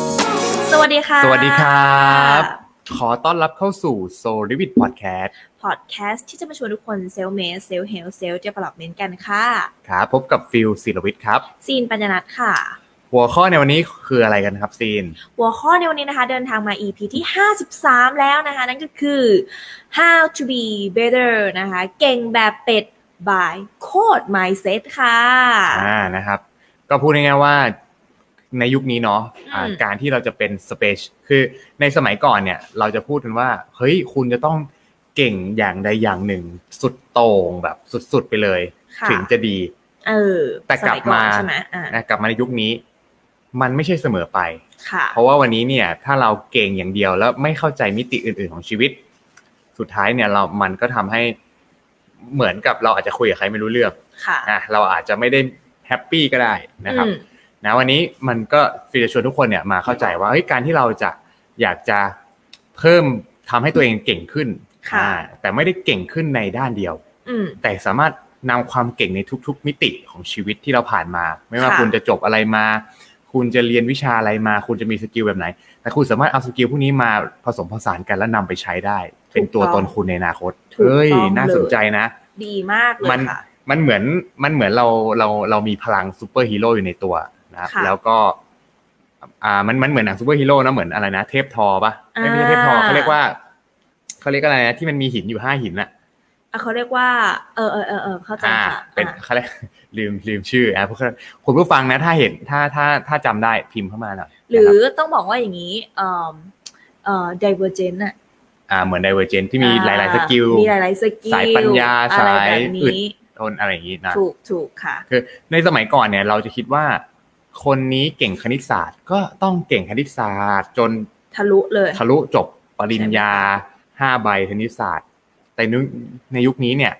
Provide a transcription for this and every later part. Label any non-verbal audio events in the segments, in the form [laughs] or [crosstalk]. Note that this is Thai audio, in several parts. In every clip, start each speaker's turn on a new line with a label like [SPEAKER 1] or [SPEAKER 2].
[SPEAKER 1] ค่ะ
[SPEAKER 2] สวัสดีครับ ขอต้อนรับเข้าสู่โซลิวิดพอดแคสต์
[SPEAKER 1] พอดแคสต์ที่จะมาชวนทุกคนเซลเมสเซลเฮลเซลเดเวล็อปเมนต์กันค่ะ
[SPEAKER 2] ครับพบกับฟิลศิลวิทย์ครับ
[SPEAKER 1] ซีนปัญญนัทค่ะ
[SPEAKER 2] หัวข้อในวันนี้คืออะไรกันครับซีน
[SPEAKER 1] หัวข้อในวันนี้นะคะ เดินทางมา EP ที่ 53 แล้วนะคะ นั่นก็คือ how to be better นะคะ เก่งแบบเป็ด by code mindset ค่ะ
[SPEAKER 2] อ่านะครับ ก็พูดง่ายๆว่าในยุคนี้เนาะอ่า
[SPEAKER 1] อืม
[SPEAKER 2] การที่เราจะเป็นสเปชคือในสมัยก่อนเนี่ย เราจะพูดกันว่า เฮ้ยคุณจะต้องเก่งอย่างใดอย่างหนึ่ง สุดโต่งแบบสุดๆไปเลย
[SPEAKER 1] ค่
[SPEAKER 2] ถึงจะดี
[SPEAKER 1] เออ
[SPEAKER 2] แต่กลับ
[SPEAKER 1] สยอน
[SPEAKER 2] มา
[SPEAKER 1] ใช่ไหมอ่า
[SPEAKER 2] นะกลับมาในยุคนี้ มันไม่ใช่เสมอไป
[SPEAKER 1] ค่ะ
[SPEAKER 2] เพราะว่าวันนี้เนี่ยถ้าเราเก่งอย่างเดียวแล้วไม่เข้าใจมิติอื่น ๆของชีวิต สุดท้ายเนี่ยเรา มันก็ทำให้เหมือนกับเราอาจจะคุยกับใครไม่รู้เรื่อง
[SPEAKER 1] ค่ะ
[SPEAKER 2] อ่ะเราอาจจะไม่ได้แฮปปี้ก็ได้นะครับ
[SPEAKER 1] อืม
[SPEAKER 2] นะวันนี้มันก็ฟิลจะชวนทุกคนเนี่ยมาเข้าใจว่าเฮ้ยการที่เราจะอยากจะเพิ่มทำให้ตัวเองเก่งขึ้นอ่าแต่ไม่ได้เก่งขึ้นในด้านเดียว
[SPEAKER 1] อืม
[SPEAKER 2] แต่สามารถนำความเก่งในทุก ๆ มิติของชีวิตที่เราผ่านมา ไม่ว่า
[SPEAKER 1] ค่ะ
[SPEAKER 2] คุณจะจบอะไรมา คุณจะเรียนวิชาอะไรมา คุณจะมีสกิลแบบไหน แต่คุณสามารถเอาสกิลพวกนี้มาผสมผสานกันแล้วนำไปใช้ได้ เป็นตัวตนคุณในอนาคต
[SPEAKER 1] ถูกต้อง
[SPEAKER 2] เฮ้ย
[SPEAKER 1] เลย
[SPEAKER 2] น่าสนใจนะ
[SPEAKER 1] ดีมากเล
[SPEAKER 2] มั
[SPEAKER 1] ย
[SPEAKER 2] น
[SPEAKER 1] ค่ะ
[SPEAKER 2] มันเหมือนมันเหมือนเราเราเรามีพลังซูเปอร์ฮีโร่อยู่ในตัวนะครับ
[SPEAKER 1] ค่ะ
[SPEAKER 2] แล้วก็อ่ามันมันเหมือนหนังซูเปอร์ฮีโร่นะเหมือนอะไรนะเทพทอปะไม่ไม่ใช่เทพทอเขาเรียกว่าเขาเรียกอะไรนะที่มันมีหินอยู่ห้าหินน่ะ
[SPEAKER 1] อ่ะเขาเรียกว่า เออเออเออเออเข้าใจ
[SPEAKER 2] อ่า
[SPEAKER 1] ค่ะ
[SPEAKER 2] เป็น
[SPEAKER 1] อ่ะ
[SPEAKER 2] เขาเรียก [laughs] ลืมลืมชื่ออ่ะพวกเราคุณผู้ฟังนะ ถ้าเห็นถ้าถ้าถ้าจำได้พิมพ์เข้ามาหน่อย
[SPEAKER 1] หรื
[SPEAKER 2] นะ
[SPEAKER 1] อ
[SPEAKER 2] คบ
[SPEAKER 1] ต้องบอกว่าอย่างนี้เอ่อเอ่อ divergent อะ
[SPEAKER 2] อ่าเหมือนไดเวอร์เจนที่มีห
[SPEAKER 1] อ่
[SPEAKER 2] ลาย ๆ สกิล
[SPEAKER 1] มีหลาย ๆ สกิล
[SPEAKER 2] สายปัญญา
[SPEAKER 1] อะไร
[SPEAKER 2] สาย
[SPEAKER 1] แบบ
[SPEAKER 2] อึด
[SPEAKER 1] นี้
[SPEAKER 2] ต้นอะไรอย่างนี้นะ
[SPEAKER 1] ถูกถูกค่ะ
[SPEAKER 2] คือในสมัยก่อนเนี่ยเราจะคิดว่า คนนี้เก่งคณิตศาสตร์ ก็ต้องเก่งคณิตศาสตร์ จ
[SPEAKER 1] [laughs]
[SPEAKER 2] น
[SPEAKER 1] ทะลุเลย
[SPEAKER 2] ทะลุจบปริญญาห้าใบคณิตศาสตร์ แต่ในยุคในยุคนี้เนี่ย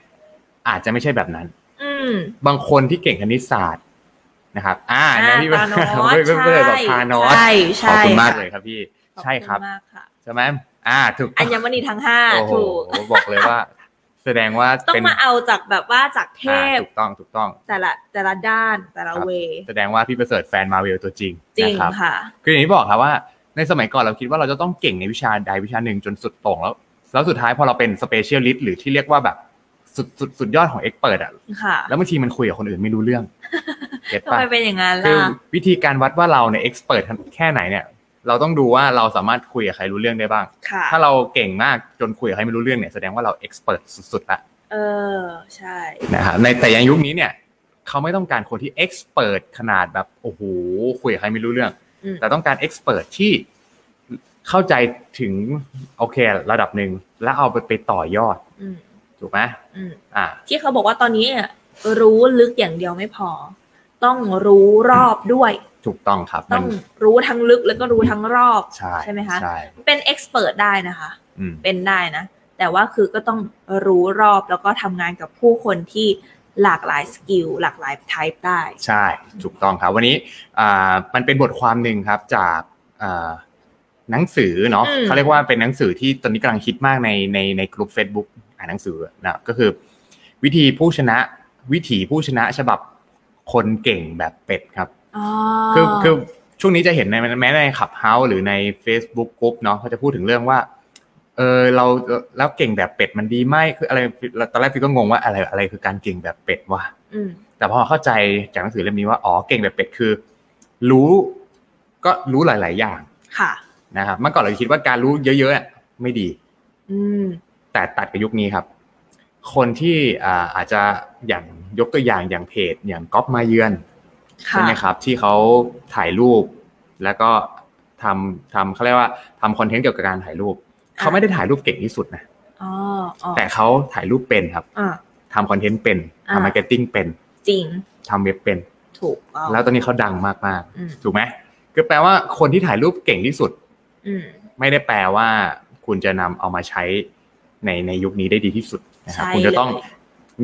[SPEAKER 2] อาจจะไม่ใช่แบบนั้น
[SPEAKER 1] อืม
[SPEAKER 2] บางคนที่เก่งคณิตศาสตร์นะครับ อ่า
[SPEAKER 1] อ่า
[SPEAKER 2] นะพี่เพื่อ
[SPEAKER 1] พา
[SPEAKER 2] น
[SPEAKER 1] นอส
[SPEAKER 2] เพื่อนเพื่อนบอก
[SPEAKER 1] ใช่
[SPEAKER 2] พานอส
[SPEAKER 1] ใช่ใช่
[SPEAKER 2] ขอบคุณมากเลยครับพี่
[SPEAKER 1] ขอณ
[SPEAKER 2] ใช่ครับ
[SPEAKER 1] มากค่ะ
[SPEAKER 2] ใช่ไหมอ่าถูก
[SPEAKER 1] อัญมณีทั้งห้า
[SPEAKER 2] โอ้โห
[SPEAKER 1] ถูก
[SPEAKER 2] บอกเลยว่า [laughs] แสดงว่า
[SPEAKER 1] ต้อง
[SPEAKER 2] เป็น
[SPEAKER 1] มาเอาจากแบบว่าจากเท
[SPEAKER 2] อ่า
[SPEAKER 1] พ
[SPEAKER 2] ถูกต้องถูกต้อง
[SPEAKER 1] แต่ละแต่ละด้านแต่ละ
[SPEAKER 2] ครับ
[SPEAKER 1] เว
[SPEAKER 2] แสดงว่าพี่ประเสริฐแฟนมาเวลตัวจริง
[SPEAKER 1] จริง
[SPEAKER 2] นะครับ
[SPEAKER 1] ค่ะ
[SPEAKER 2] คืออย่างที่บอกครับว่าในสมัยก่อนเราคิดว่าเราจะต้องเก่งในวิชาใดวิชาหนึ่งจนสุดโต่งแล้วแล้วสุดท้ายพอเราเป็นสเปเชียลิสต์หรือที่เรียกว่าแบบสุดสุดสุดยอดของเอ็กเปิดอะ
[SPEAKER 1] ค่ะ
[SPEAKER 2] แล้วบางทีมันคุยกับคนอื่นไม่รู้เรื่อง
[SPEAKER 1] [laughs]
[SPEAKER 2] เก็ต
[SPEAKER 1] ทำ
[SPEAKER 2] ปะ
[SPEAKER 1] ไมเป็นอย่างนั้น
[SPEAKER 2] คือ
[SPEAKER 1] ล่ะ
[SPEAKER 2] วิธีการวัดว่าเราเนี่ยเอ็กเปิดแค่ไหนเนี่ย เราต้องดูว่าเราสามารถคุยกับใครรู้เรื่องได้บ้าง
[SPEAKER 1] ค่ะ
[SPEAKER 2] ถ้าเราเก่งมากจนคุยกับใครไม่รู้เรื่องเนี่ยแสดงว่าเราเอ็กเปิดสุดๆละ
[SPEAKER 1] เออใช่
[SPEAKER 2] นะครับในแต่ยังยุคนี้เนี่ยเขาไม่ต้องการคนที่เอ็กเปิดขนาดแบบโอ้โหคุยกับใครไม่รู้เรื่อง
[SPEAKER 1] อืม
[SPEAKER 2] แต่ต้องการเอ็กซ์เพรสที่เข้าใจถึงโอเคระดับหนึ่งแล้วเอาไปไปต่อยอด
[SPEAKER 1] อืม
[SPEAKER 2] ถูกไหม
[SPEAKER 1] อืม
[SPEAKER 2] อ่า
[SPEAKER 1] ที่เขาบอกว่าตอนนี้รู้ลึกอย่างเดียวไม่พอ ต้องรู้รอบด้วย
[SPEAKER 2] ถูกต้องครับ
[SPEAKER 1] ต้องรู้ทั้งลึกแล้วก็รู้ทั้งรอบ
[SPEAKER 2] ใช่
[SPEAKER 1] ไหมคะ
[SPEAKER 2] ใช่
[SPEAKER 1] เป็นเอ็กซ์เพรสได้นะคะ
[SPEAKER 2] อืม
[SPEAKER 1] เป็นได้นะ แต่ว่าคือก็ต้องรู้รอบแล้วก็ทำงานกับผู้คนที่หลากหลายสกิลหลากหลายไทป์ได้
[SPEAKER 2] ใช่ ถูกต้องครับ วันนี้อ่ามันเป็นบทความหนึ่งครับจากอ่าหนังสือเนาะ
[SPEAKER 1] อืม
[SPEAKER 2] เขาเรียกว่าเป็นหนังสือที่ตอนนี้กำลังฮิตมากในในในกลุ่ม Facebook อ่านหนังสือนะก็คือ วิธีผู้ชนะวิถีผู้ชนะฉบับคนเก่งแบบเป็ดครับ
[SPEAKER 1] อ๋อ
[SPEAKER 2] คือคือช่วงนี้จะเห็นในแม้ในขับเฮาหรือใน Facebook กลุ่มเนาะเขาจะพูดถึงเรื่องว่า เออเราแล้วเก่งแบบเป็ดมันดีไหมคืออะไรตอนแรกพี่ก็งงว่าอะไรอะไรคือการเก่งแบบเป็ดวะ
[SPEAKER 1] อืม
[SPEAKER 2] แต่พอเข้าใจจากหนังสือเล่มนี้ว่าอ๋อเก่งแบบเป็ดคือ รู้ก็รู้หลาย ๆ อย่าง
[SPEAKER 1] ค่ะ
[SPEAKER 2] นะครับเมื่อก่อนเราคิดว่าการรู้เยอะๆอะไม่ดี
[SPEAKER 1] อืม
[SPEAKER 2] แต่ตัดกับยุคนี้ครับ คนที่อ่าอาจจะอย่างยกตัวอย่างอย่างเพจอย่างก๊อฟมาเยือน
[SPEAKER 1] ค่ะ
[SPEAKER 2] ใช่ไหมครับ ที่เขาถ่ายรูป แล้วก็ทำทำเขาเรียกว่าทำคอนเทนต์เกี่ยวกับการถ่ายรูป
[SPEAKER 1] อ่ะ
[SPEAKER 2] เขาไม่ได้ถ่ายรูปเก่งที่สุดนะ
[SPEAKER 1] อ๋ออ๋อ
[SPEAKER 2] แต่เขาถ่ายรูปเป็นครับ
[SPEAKER 1] อ่ะ
[SPEAKER 2] ทำคอนเทนต์เป็น
[SPEAKER 1] อ่ะ
[SPEAKER 2] ทำมาร์เก็ตติ้งเป็น
[SPEAKER 1] จริง
[SPEAKER 2] ทำเว็บเป็น
[SPEAKER 1] ถูกต้อง
[SPEAKER 2] แล้วตอนนี้เขาดังมาก
[SPEAKER 1] อืม
[SPEAKER 2] ๆ ถูกไหมก็แปลว่าคนที่ถ่ายรูปเก่งที่สุด
[SPEAKER 1] อืม
[SPEAKER 2] ไม่ได้แปลว่า คุณจะนำเอามาใช้ในในยุคนี้ได้ดีที่สุดนะครับ
[SPEAKER 1] ใช่
[SPEAKER 2] คุณจะต้อง
[SPEAKER 1] เลย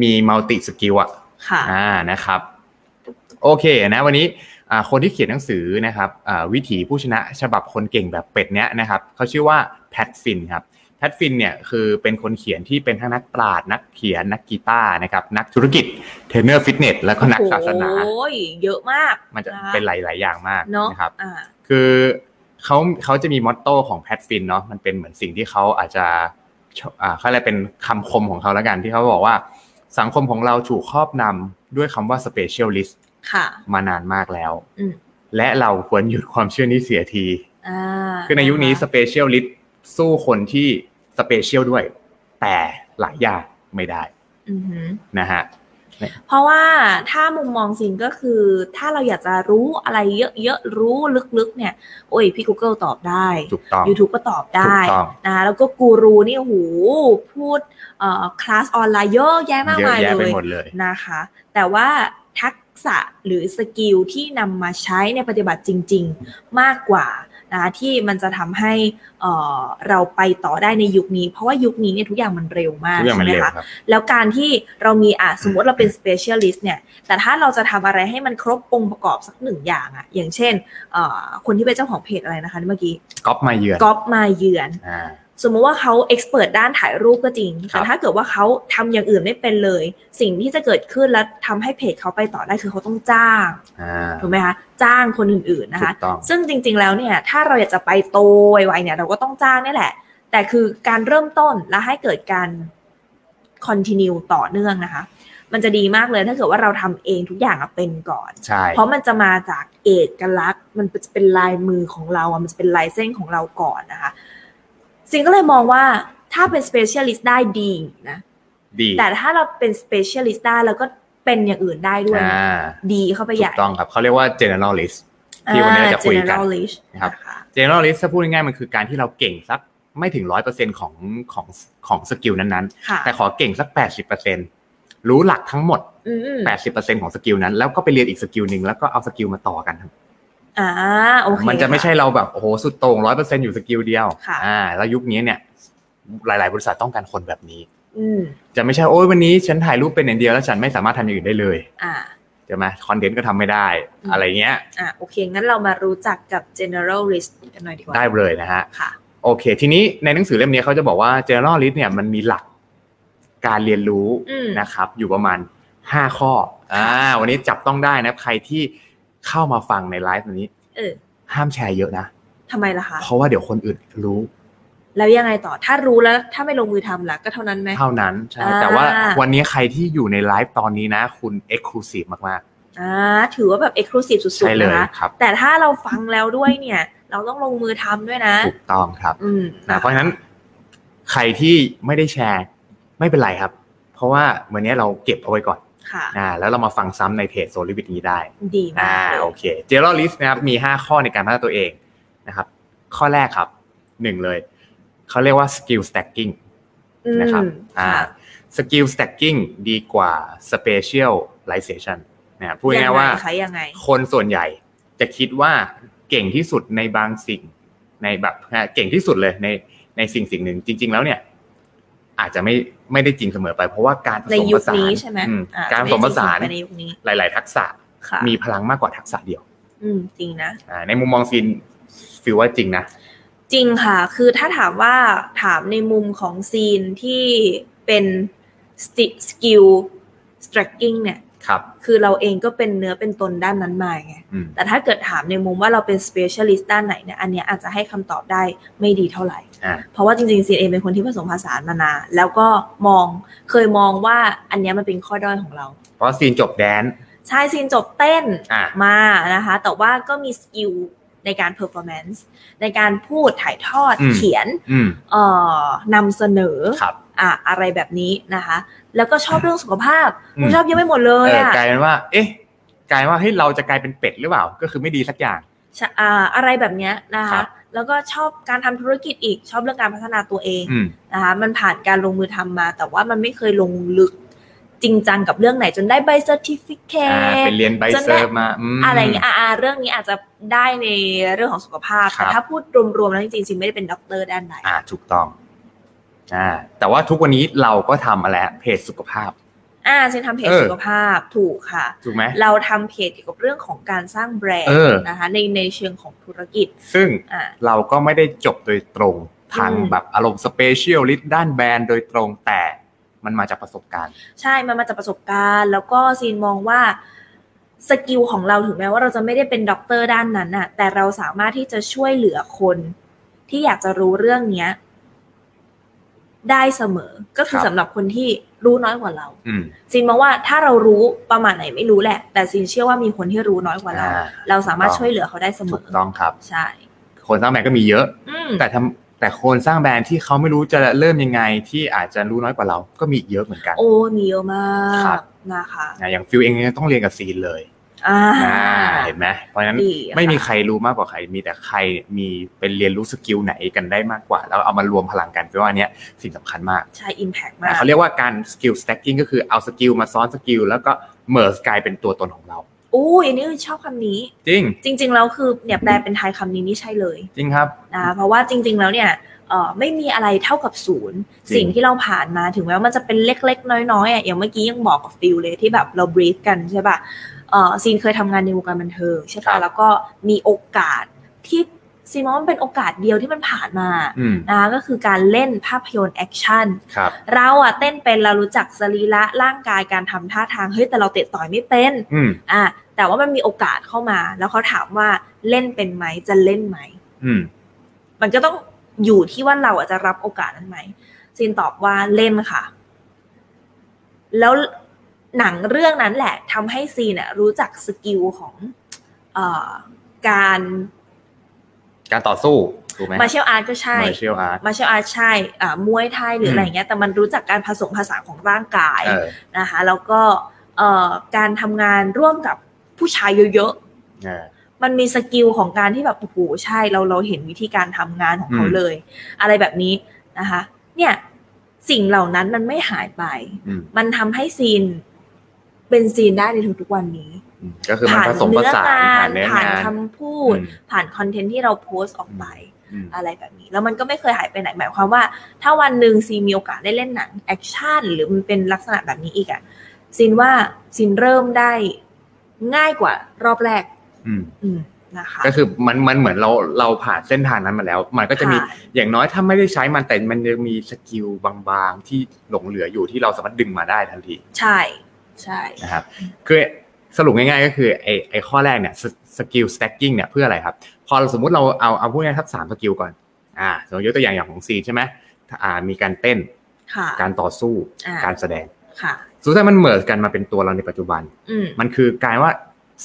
[SPEAKER 2] มีมัลติสกิลอะ
[SPEAKER 1] ค่ะ
[SPEAKER 2] อ่านะครับ โอเคนะวันนี้อ่าคนที่เขียนหนังสือนะครับอ่าวิถีผู้ชนะฉบับคนเก่งแบบเป็ดเนี้ยนะครับเขาชื่อว่าแพทฟินครับแพทฟินเนี่ยคือเป็นคนเขียนที่เป็นทั้งนักปราชญ์นักเขียนนักกีตาร์นะครับนักธุรกิจเทรนเนอร์ฟิตเนสแล้วก็นักศาสนา
[SPEAKER 1] โอ้ยเยอะมาก
[SPEAKER 2] มันจะ
[SPEAKER 1] นะคะ
[SPEAKER 2] เป็นหลาย ๆ อย่างมาก
[SPEAKER 1] เนาะ
[SPEAKER 2] นะครับ
[SPEAKER 1] อ่า
[SPEAKER 2] คือ เขาเขาจะมีมอตโต้ของแพทฟินเนาะมันเป็นเหมือนสิ่งที่เขาอาจจะชอบอ่าเขาเรียกเป็นคำคมของเขาแล้วกันที่เขาบอกว่าสังคมของเราถูกครอบนำด้วยคำว่า specialist
[SPEAKER 1] ค่ะ
[SPEAKER 2] มานานมากแล้ว
[SPEAKER 1] อืม
[SPEAKER 2] และเราควรหยุดความเชื่อนี้เสียที
[SPEAKER 1] อ่า
[SPEAKER 2] คือในยุคนี้ specialist สู้คนที่ special ด้วย แต่หลายอย่างไม่ได้
[SPEAKER 1] อือหือ
[SPEAKER 2] นะฮะ
[SPEAKER 1] เพราะว่าถ้ามุมมองสิงก็คือ ถ้าเราอยากจะรู้อะไรเยอะๆ รู้ลึกๆ เนี่ย โอ้ยพี่ Google ตอบได้
[SPEAKER 2] ถูกต้อง
[SPEAKER 1] YouTube ก็ตอบ
[SPEAKER 2] ถู
[SPEAKER 1] ได้
[SPEAKER 2] กต้อง
[SPEAKER 1] นะคะแล้วก็กูรูนี่โอ้โหพูดเอ่อคลาสออนไลน์เยอะแยะมาก
[SPEAKER 2] เยอะ
[SPEAKER 1] มาย
[SPEAKER 2] แยะ
[SPEAKER 1] เล
[SPEAKER 2] ไป
[SPEAKER 1] ย
[SPEAKER 2] หมดเลย
[SPEAKER 1] นะคะ แต่ว่าทักษะหรือสกิลที่นำมาใช้ในปฏิบัติจริง ๆ มากกว่านะคะที่มันจะทำให้เอ่อเราไปต่อได้ในยุคนี้ เพราะว่ายุคนี้เนี่ยทุกอย่างมันเร็วมาก
[SPEAKER 2] ทุกอย่างมัน
[SPEAKER 1] ใช่ไห
[SPEAKER 2] เร็ว
[SPEAKER 1] คะ
[SPEAKER 2] ครับ
[SPEAKER 1] แล้วการที่เรามีอ่ะสมมติเราเป็น specialist เนี่ย แต่ถ้าเราจะทำอะไรให้มันครบองค์ประกอบสักหนึ่งอย่างอะอย่างเช่นเอ่อคนที่เป็นเจ้าของเพจอะไรนะคะเมื่อกี้
[SPEAKER 2] ก๊อปมาเยือน
[SPEAKER 1] ก๊อปมาเยือน
[SPEAKER 2] อ่า
[SPEAKER 1] สมมติว่าเขา expert ด้านถ่ายรูปก็จริง
[SPEAKER 2] ครั
[SPEAKER 1] แต่
[SPEAKER 2] บ
[SPEAKER 1] ถ้าเกิดว่าเขาทำอย่างอื่นไม่เป็นเลย สิ่งที่จะเกิดขึ้นและทำให้เพจเขาไปต่อได้คือเขาต้องจ้าง
[SPEAKER 2] อ่า
[SPEAKER 1] ถูกไหมคะ จ้างคนอื่นๆนะ
[SPEAKER 2] ถู
[SPEAKER 1] คะ
[SPEAKER 2] กต้อง
[SPEAKER 1] ซึ่งจริงๆ แล้วเนี่ย ถ้าเราอยากจะไปโตไวๆเนี่ย เราก็ต้องจ้างนี่แหละ แต่คือการเริ่มต้นและให้เกิดการ continue ต่อเนื่องนะคะ มันจะดีมากเลยถ้าเกิดว่าเราทำเองทุกอย่างอะเป็นก่อน
[SPEAKER 2] ใช่
[SPEAKER 1] เพราะมันจะมาจากเอกลักษณ์ มันจะเป็นลายมือของเราอะมันจะเป็นลายเส้นของเราก่อนนะคะสิงก็เลยมองว่าถ้าเป็น specialist ได้ดีนะ
[SPEAKER 2] ดี
[SPEAKER 1] แต่ถ้าเราเป็น specialist ได้แล้วก็เป็นอย่างอื่นได้ด้วย
[SPEAKER 2] อ่า
[SPEAKER 1] นะดีเข้าไป
[SPEAKER 2] ถู
[SPEAKER 1] ใหญ่
[SPEAKER 2] กต้องครับเขาเรียกว่า generalist ที่วันนี้เราจะคุยกัน
[SPEAKER 1] อ่า generalist
[SPEAKER 2] นะครับ
[SPEAKER 1] นะคะ
[SPEAKER 2] generalist ถ้าพูดง่ายๆมันคือการที่เราเก่งสักไม่ถึงร้อยเปอร์เซ็นของของของสกิลนั้น
[SPEAKER 1] ค่ะ
[SPEAKER 2] ๆ แต่ขอเก่งสักแปดสิบเปอร์เซ็นรู้หลักทั้งหมด
[SPEAKER 1] อืม
[SPEAKER 2] แปดสิบเปอร์เซ็นของสกิลนั้น แล้วก็ไปเรียนอีกสกิลหนึ่งแล้วก็เอาสกิลมาต่อกัน
[SPEAKER 1] ๆอ่าโอเค
[SPEAKER 2] มันจะไม่
[SPEAKER 1] ค่
[SPEAKER 2] ใช่เราแบบโอ้โหสุดโต่งร้อยเปอร์เซ็นอยู่สกิลเดียว
[SPEAKER 1] ค่ะ
[SPEAKER 2] อ่าแล้วยุคนี้เนี่ยหลาย ๆ บริษัทต้องการคนแบบนี้
[SPEAKER 1] อืม
[SPEAKER 2] จะไม่ใช่โอ้ยวันนี้ฉันถ่ายรูปเป็นอย่างเดียวแล้วฉันไม่สามารถทำอย่างอื่นได้เลย
[SPEAKER 1] อ่า
[SPEAKER 2] ใช่ไหมคอนเทนต์ก็ทำไม่ได้
[SPEAKER 1] อืม
[SPEAKER 2] อะไรเงี้ย
[SPEAKER 1] อ่าโอเค งั้นเรามารู้จักกับ general list กันหน่อยดีกว่า
[SPEAKER 2] ได้เลยนะฮะ
[SPEAKER 1] ค่ะ
[SPEAKER 2] โอเค ทีนี้ในหนังสือเล่มนี้เขาจะบอกว่า general list เนี่ยมันมีหลักการเรียนรู้
[SPEAKER 1] อืม
[SPEAKER 2] นะครับ อยู่ประมาณ 5 ข้ออ่าวันนี้จับต้องได้นะใครที่เข้ามาฟังในไลฟ์วันนี้
[SPEAKER 1] เออ
[SPEAKER 2] ห้ามแชร์เยอะนะ
[SPEAKER 1] ทำไมล่ะคะ
[SPEAKER 2] เพราะว่าเดี๋ยวคนอื่นรู้
[SPEAKER 1] แล้วยังไงต่อถ้ารู้แล้วถ้าไม่ลงมือทำล่ะก็เท่านั้นไหม
[SPEAKER 2] เท่านั้นใช่
[SPEAKER 1] อ่า
[SPEAKER 2] แต่ว่าวันนี้ใครที่อยู่ในไลฟ์ตอนนี้นะ คุณ exclusive มาก
[SPEAKER 1] อ่าถือว่าแบบ exclusive สุ
[SPEAKER 2] ๆ ใช่
[SPEAKER 1] ดๆ
[SPEAKER 2] เล
[SPEAKER 1] นะ
[SPEAKER 2] ย
[SPEAKER 1] คะ
[SPEAKER 2] ครับ
[SPEAKER 1] แต่ถ้าเราฟังแล้วด้วยเนี่ย เราต้องลงมือทำด้วยนะ
[SPEAKER 2] ถูกต้องครับ
[SPEAKER 1] อืม
[SPEAKER 2] นะเพราะฉะนั้นใครที่ไม่ได้แชร์ไม่เป็นไรครับ เพราะว่าวันนี้เราเก็บเอาไว้ก่อน
[SPEAKER 1] ค่ะ
[SPEAKER 2] อ่าแล้วเรามาฟังซ้ำในเพจโซลิวิตนี้ได้
[SPEAKER 1] ดีมาก
[SPEAKER 2] อ่า
[SPEAKER 1] เลย
[SPEAKER 2] โอเคเจอร์ลิสนะครับมี 5 ข้อในการพัฒนาตัวเองนะครับ ข้อแรกครับหนึ่งเลยเขาเรียกว่า skill stacking
[SPEAKER 1] อืม
[SPEAKER 2] นะครับอ่า
[SPEAKER 1] ค่ะ
[SPEAKER 2] skill stacking ดีกว่า specialization นะครับพูดง่ายๆว่า
[SPEAKER 1] งไงคะยังไง
[SPEAKER 2] คนส่วนใหญ่จะคิดว่าเก่งที่สุดในบางสิ่งในแบบเก่งที่สุดเลยในในสิ่งสิ่งหนึ่งจริง ๆ แล้วเนี่ย อาจจะไม่ไม่ได้จริงเสมอไป เพราะว่าการผ
[SPEAKER 1] ใน
[SPEAKER 2] สม
[SPEAKER 1] ยุ
[SPEAKER 2] ผ
[SPEAKER 1] ค
[SPEAKER 2] สาน
[SPEAKER 1] นี้ใช่ไหม
[SPEAKER 2] อืม
[SPEAKER 1] อ่
[SPEAKER 2] การผสมผสาน
[SPEAKER 1] ไได้จริงๆไปในยุคนี้
[SPEAKER 2] หลาย ๆ ทักษะ
[SPEAKER 1] ค่ะ
[SPEAKER 2] มีพลังมากกว่าทักษะเดียว
[SPEAKER 1] อืมจริงนะ
[SPEAKER 2] อ่าในมุมมองซีนฟิลว่าจริงนะ
[SPEAKER 1] จริงค่ะ คือถ้าถามว่าถามในมุมของซีนที่เป็นสกิลสตรักกิ้งเนี่ย
[SPEAKER 2] ครับ
[SPEAKER 1] คือเราเองก็เป็นเนื้อเป็นตนด้านนั้นมาไง
[SPEAKER 2] อืม
[SPEAKER 1] แต่ถ้าเกิดถามในมุมว่าเราเป็น specialist ด้านไหนเนี่ย อันเนี้ยอาจจะให้คำตอบได้ไม่ดีเท่าไหร่
[SPEAKER 2] อ่า
[SPEAKER 1] เพราะว่าจริงๆซีนเองเป็นคนที่ผสมผสานมานานแล้วก็มองเคยมองว่าอันเนี้ยมันเป็นข้อด้อยของเรา
[SPEAKER 2] เพราะซีนจบแดนซ์
[SPEAKER 1] ใช่ซีนจบเต้น
[SPEAKER 2] อ่า
[SPEAKER 1] มานะคะ แต่ว่าก็มีสกิลในการ performance ในการพูดถ่ายทอด
[SPEAKER 2] อืม
[SPEAKER 1] เขียน
[SPEAKER 2] อืม
[SPEAKER 1] เอ่อนำเสนอ
[SPEAKER 2] ครับ
[SPEAKER 1] อะอะไรแบบนี้นะคะ แล้วก็ชอบเรื่องสุขภาพ
[SPEAKER 2] อืม
[SPEAKER 1] คุณชอบเยังไม่หมดเลย
[SPEAKER 2] เออ
[SPEAKER 1] อ่ะ
[SPEAKER 2] กลายเป็นว่า เอ๊ะ กลายเป็นว่าเฮ้ยเราจะกลายเป็นเป็ดหรือเปล่า ก็คือไม่ดีสักอย่าง
[SPEAKER 1] ชะอ่าอะไรแบบเนี้ยนะ
[SPEAKER 2] ครั
[SPEAKER 1] คะ
[SPEAKER 2] บ
[SPEAKER 1] แล้วก็ชอบการทำธุรกิจอีกชอบเรื่องการพัฒนาตัวเอง
[SPEAKER 2] อืม
[SPEAKER 1] นะคะมันผ่านการลงมือทำมา แต่ว่ามันไม่เคยลงลึกจริงจังกับเรื่องไหนจนได้ใบเซอร์ติฟิเค
[SPEAKER 2] อ่า
[SPEAKER 1] ต
[SPEAKER 2] เป็นเรียนไบ
[SPEAKER 1] จน
[SPEAKER 2] เซ
[SPEAKER 1] ได้
[SPEAKER 2] อร์มาม
[SPEAKER 1] อะไรอย่างเงี้ยอ่ะอ่ะเรื่องนี้อาจจะได้ในเรื่องของสุขภาพ
[SPEAKER 2] ครับ
[SPEAKER 1] แต่ถ้าพูดรวมๆแล้วจริงๆซิงไม่ได้เป็นด็อกเตอร์ด้านไหน
[SPEAKER 2] อ่าถูกต้องอ่าแต่ว่าทุกวันนี้เราก็ทำอะไรเพจสุขภาพ
[SPEAKER 1] อ่าซิงทำเพจ
[SPEAKER 2] เออ
[SPEAKER 1] สุขภาพถูกค่ะ
[SPEAKER 2] ถูกไหม
[SPEAKER 1] เราทำเพจเกี่ยวกับเรื่องของการสร้างแบรน
[SPEAKER 2] เอ
[SPEAKER 1] ด์
[SPEAKER 2] อ
[SPEAKER 1] นะคะ ในในเชิงของธุรกิจ
[SPEAKER 2] ซึ่ง
[SPEAKER 1] อ่า
[SPEAKER 2] เราก็ไม่ได้จบโดยตรงทาง
[SPEAKER 1] อืม
[SPEAKER 2] แบบอารมณ์สเปเชียลลิสด้านแบรนด์โดยตรงแต่มันมาจากประสบการณ์
[SPEAKER 1] ใช่มันมาจากประสบการณ์ แล้วก็ซีนมองว่า สกิลของเราถึงแม้ว่าเราจะไม่ได้เป็นด็อกเตอร์ด้านนั้นน่ะ แต่เราสามารถที่จะช่วยเหลือคน ที่อยากจะรู้เรื่องเนี้ย ได้เสมอ ก็คือ
[SPEAKER 2] ครับ
[SPEAKER 1] สำหรับคนที่รู้น้อยกว่าเรา
[SPEAKER 2] อืม
[SPEAKER 1] ซินมองว่าถ้าเรารู้ประมาณไหนไม่รู้แหละ แต่ซินเชื่อว่ามีคนที่รู้น้อยกว่าเรา
[SPEAKER 2] อ่า
[SPEAKER 1] เราสามารถช่วยเหลือเขาได้เสม
[SPEAKER 2] ถูก
[SPEAKER 1] อ
[SPEAKER 2] ต้องครับ
[SPEAKER 1] ใช่
[SPEAKER 2] คนสร้างแบรนด์ก็มีเยอะ
[SPEAKER 1] อืม
[SPEAKER 2] แต่ทำแต่คนสร้างแบรนด์ที่เขาไม่รู้จะเริ่มยังไง ที่อาจจะรู้น้อยกว่าเรา ก็มีอีกเยอะเหมือนกัน
[SPEAKER 1] โอ้มีเยอะมา
[SPEAKER 2] ครั
[SPEAKER 1] ก
[SPEAKER 2] บ
[SPEAKER 1] นะคะ
[SPEAKER 2] นะอย่างฟิลเองยังต้องเรียนกับซีนเลย
[SPEAKER 1] อ่า
[SPEAKER 2] อ่าเห็นไหมเพราะฉะนั้น
[SPEAKER 1] ดีะ
[SPEAKER 2] ไม่มีใครรู้มากกว่าใคร มีแต่ใครมีเป็นเรียนรู้สกิลไหนกันได้มากกว่า แล้วเอามารวมพลังกันเพราะว่าอันเนี้ยสิ่งสำคัญมาก
[SPEAKER 1] ใช่อิมแพกมาก
[SPEAKER 2] เขาเรียกว่าการสกิล stacking ก็คือเอาสกิลมาซ้อนสกิลแล้วก็ merge กลายเป็นตัวตนของเรา
[SPEAKER 1] อู้อันนี้ชอบคำนี้
[SPEAKER 2] จริง
[SPEAKER 1] จริง ๆ แล้วคือเนี่ยแปลเป็นไทยคำนี้นี่ใช่เลย
[SPEAKER 2] จริงครับ
[SPEAKER 1] นะเพราะว่าจริง ๆ แล้วเนี่ยเอ่อไม่มีอะไรเท่ากับศูนย์
[SPEAKER 2] จริง
[SPEAKER 1] สิ่งที่เราผ่านมาถึงแม้ว่ามันจะเป็นเล็ก ๆ น้อยๆอ่ะอย่างเมื่อกี้ยังบอกกับฟิลเลยที่แบบเราบรีฟกันใช่ป่ะเอ่อซีนเคยทำงานในวงการบันเทิงใช่ป่ะแล้วก็มีโอกาสที่ซีนมองว่ามันเป็นโอกาสเดียวที่มันผ่านมา
[SPEAKER 2] อืม
[SPEAKER 1] นะก็คือการเล่นภาพยนตร์แอคชั่น
[SPEAKER 2] ครับ
[SPEAKER 1] เราอะเต้นเป็นเรารู้จักสรีระร่างกายการทำท่าทางเฮ้ยแต่เราเตะต่อยไม่เป็น
[SPEAKER 2] อืม
[SPEAKER 1] อ่ะแต่ว่ามันมีโอกาสเข้ามา แล้วเขาถามว่าเล่นเป็นไหมจะเล่นไหม
[SPEAKER 2] อืม
[SPEAKER 1] มันก็ต้องอยู่ที่ว่าเราอาจจะรับโอกาสนั้นไหมซีนตอบว่าเล่นค่ะ แล้วหนังเรื่องนั้นแหละทำให้ซีนน่ะรู้จักสกิลของเออการ
[SPEAKER 2] การต่อสู้ถูกไหม
[SPEAKER 1] มาเชลอาร์ตก็ใช่
[SPEAKER 2] martial art
[SPEAKER 1] มาเชลอาร์ตใช่อ่ามวยไทยหรืออะไร
[SPEAKER 2] อืม
[SPEAKER 1] อย่างเงี้ย แต่มันรู้จักการผสมผสานของร่างกาย
[SPEAKER 2] เออ
[SPEAKER 1] นะคะแล้วก็เอ่อการทำงานร่วมกับผู้ชายเยอะๆ
[SPEAKER 2] เออ
[SPEAKER 1] มันมีสกิลของการที่แบบโอ้โหใช่เราเราเห็นวิธีการทำงานของเขา
[SPEAKER 2] อืม
[SPEAKER 1] เลย อะไรแบบนี้นะคะ เนี่ยสิ่งเหล่านั้นมันไม่หายไป
[SPEAKER 2] อืม
[SPEAKER 1] มันทำให้ซีนเป็นซีนได้ในทุกๆวันนี้
[SPEAKER 2] อืมก็คือมันผสมผสานผ่านเนื้องา
[SPEAKER 1] ผ่าน
[SPEAKER 2] น
[SPEAKER 1] คำพูด
[SPEAKER 2] อืม
[SPEAKER 1] ผ่านคอนเทนต์ที่เราโพสต์ออกไป
[SPEAKER 2] อืม
[SPEAKER 1] อะไรแบบนี้ แล้วมันก็ไม่เคยหายไปไหนหมายความว่า ถ้าวันหนึ่งซีนมีโอกาสได้เล่นหนังแอคชั่นหรือมันเป็นลักษณะแบบนี้อีกอะซีนว่าซีนเริ่มได้ง่ายกว่ารอบแรก
[SPEAKER 2] อืม
[SPEAKER 1] อืมนะคะ
[SPEAKER 2] ก็คือมันมันเหมือนเราเราผ่านเส้นทางนั้นมาแล้ว มันก็จะมี
[SPEAKER 1] ค่ะ
[SPEAKER 2] อย่างน้อยถ้าไม่ได้ใช้มันแต่มันยังมีสกิลบางๆ ที่หลงเหลืออยู่ที่เราสามารถดึงมาได้ทันที
[SPEAKER 1] ใช่ใช่
[SPEAKER 2] นะครับคือสรุปง่ายๆก็คือไอ้ไอ้ข้อแรกเนี่ยสกิล stacking เนี่ยเพื่ออะไรครับ พอเราสมมติเราเอาเอาพูดง่ายๆทักสามสกิลก่อนอ่าสมมติยกตัวอย่างอย่างของซีนใช่ไหมถ้าอ่ามีการเต้น
[SPEAKER 1] ค่ะ
[SPEAKER 2] การต่อสู้
[SPEAKER 1] อ่า
[SPEAKER 2] การแสดง
[SPEAKER 1] ค่ะ
[SPEAKER 2] สุดท้ายมันเหมิร์กันมาเป็นตัวเราในปัจจุบัน
[SPEAKER 1] อืม
[SPEAKER 2] มันคือการว่า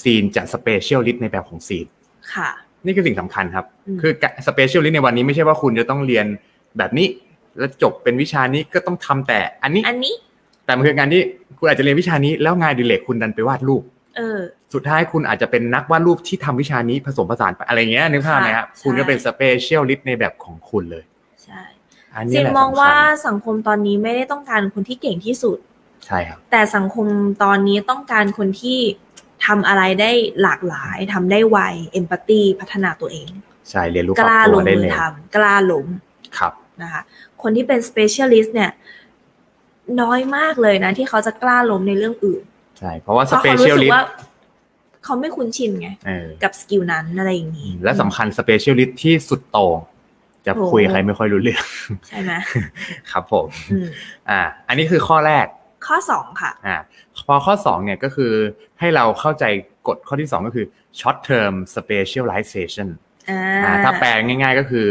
[SPEAKER 2] ซีนจะสเปเชียลลิสในแบบของซีน
[SPEAKER 1] ค่ะ
[SPEAKER 2] นี่คือสิ่งสำคัญครับ
[SPEAKER 1] ม
[SPEAKER 2] คือสเปเชียลลิสในวันนี้ไม่ใช่ว่าคุณจะต้องเรียนแบบนี้ แล้วจบเป็นวิชานี้ก็ต้องทำแต่อันนี้
[SPEAKER 1] อันนี้
[SPEAKER 2] แต่มันคือการที่คุณอาจจะเรียนวิชานี้แล้วงานอดิเลกคุณดันไปวาดรูป
[SPEAKER 1] เออ
[SPEAKER 2] สุดท้ายคุณอาจจะเป็นนักวาดรูปที่ทำวิชานี้ผสมผสานไปอะไรเงี้ยนึกภาพไหมครับ
[SPEAKER 1] ใช่
[SPEAKER 2] คุณก็เป็นสเปเชียลลิสต์ในแบบของคุณเลย
[SPEAKER 1] ใช่
[SPEAKER 2] อันนี้
[SPEAKER 1] ซิน
[SPEAKER 2] แหละ
[SPEAKER 1] มอง
[SPEAKER 2] สำคั
[SPEAKER 1] ว่า
[SPEAKER 2] ญ
[SPEAKER 1] สังคมตอนนี้ไม่ได้ต้องการคนที่เก่งที่สุด
[SPEAKER 2] ใช่ครับ
[SPEAKER 1] แต่สังคมตอนนี้ต้องการคนที่ทำอะไรได้หลากหลายทำได้ไวเอมพัตตีพัฒนาตัวเอง
[SPEAKER 2] ใช่เรียนรู้
[SPEAKER 1] ก
[SPEAKER 2] ปรับ
[SPEAKER 1] ล้าล
[SPEAKER 2] ตัว
[SPEAKER 1] ง
[SPEAKER 2] ได้
[SPEAKER 1] มื
[SPEAKER 2] เล
[SPEAKER 1] อย ทำกล้าล้ม
[SPEAKER 2] ครับ
[SPEAKER 1] นะคะ คนที่เป็น specialist เนี่ย น้อยมากเลยนะ ที่เขาจะกล้าล้มในเรื่องอื่น
[SPEAKER 2] ใช่ เพราะว่า
[SPEAKER 1] เพ
[SPEAKER 2] ส
[SPEAKER 1] ราะ
[SPEAKER 2] เป
[SPEAKER 1] เขา
[SPEAKER 2] เชีย
[SPEAKER 1] รู้
[SPEAKER 2] ล
[SPEAKER 1] สึ
[SPEAKER 2] ลิ
[SPEAKER 1] ก
[SPEAKER 2] ส
[SPEAKER 1] ว่า
[SPEAKER 2] ต์
[SPEAKER 1] เขาไม่คุ้นชินไง
[SPEAKER 2] เออ
[SPEAKER 1] กับสกิลนั้นอะไรอย่างนี้
[SPEAKER 2] และสำคัญสเปเชียลลิสต์ที่สุดโต่งจะ
[SPEAKER 1] โอ้
[SPEAKER 2] คุยกับใครไม่ค่อยรู้เรื่อง
[SPEAKER 1] ใช่ไหม
[SPEAKER 2] ครับผม
[SPEAKER 1] อืม
[SPEAKER 2] อ่าอันนี้คือข้อแรก
[SPEAKER 1] ข้อสองค่ะ
[SPEAKER 2] อ่าพอข้อ 2 เนี่ยก็คือให้เราเข้าใจกฎข้อที่ 2 ก็คือ short term specialization
[SPEAKER 1] อ่า
[SPEAKER 2] อ่าถ้าแปลง่ายๆก็คือ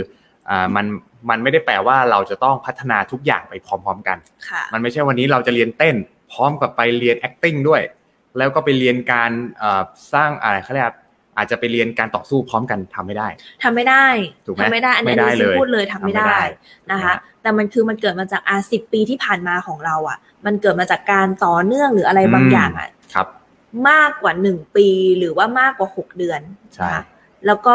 [SPEAKER 2] อ่ามันมันไม่ได้แปลว่าเราจะต้องพัฒนาทุกอย่างไปพร้อมๆกัน
[SPEAKER 1] ค่ะ
[SPEAKER 2] มันไม่ใช่วันนี้เราจะเรียนเต้น พร้อมกับไปเรียน acting ด้วย แล้วก็ไปเรียนการเอ่อสร้างอะไรเขาเรียกว่าอาจจะไปเรียนการต่อสู้พร้อมกันทำไม่ได้
[SPEAKER 1] ทำไม่ได้
[SPEAKER 2] ถูกไหม
[SPEAKER 1] ทำไม่ได้อันนี้
[SPEAKER 2] ไม่ได้
[SPEAKER 1] อันนี้
[SPEAKER 2] เลย
[SPEAKER 1] พูดเลยทำไม่
[SPEAKER 2] ทำไม่ได้
[SPEAKER 1] ได้นะ
[SPEAKER 2] ถูกไห
[SPEAKER 1] คะ
[SPEAKER 2] มฮะ
[SPEAKER 1] แต่มันคือมันเกิดมาจากอาสิบปีที่ผ่านมาของเราอ่ะ มันเกิดมาจากการต่อเนื่องหรืออะไรบางอย่างอ่ะ
[SPEAKER 2] ครับ
[SPEAKER 1] มากกว่าหนึ่งปีหรือว่ามากกว่าหกเดือน
[SPEAKER 2] ใช่
[SPEAKER 1] นะคะแล้วก็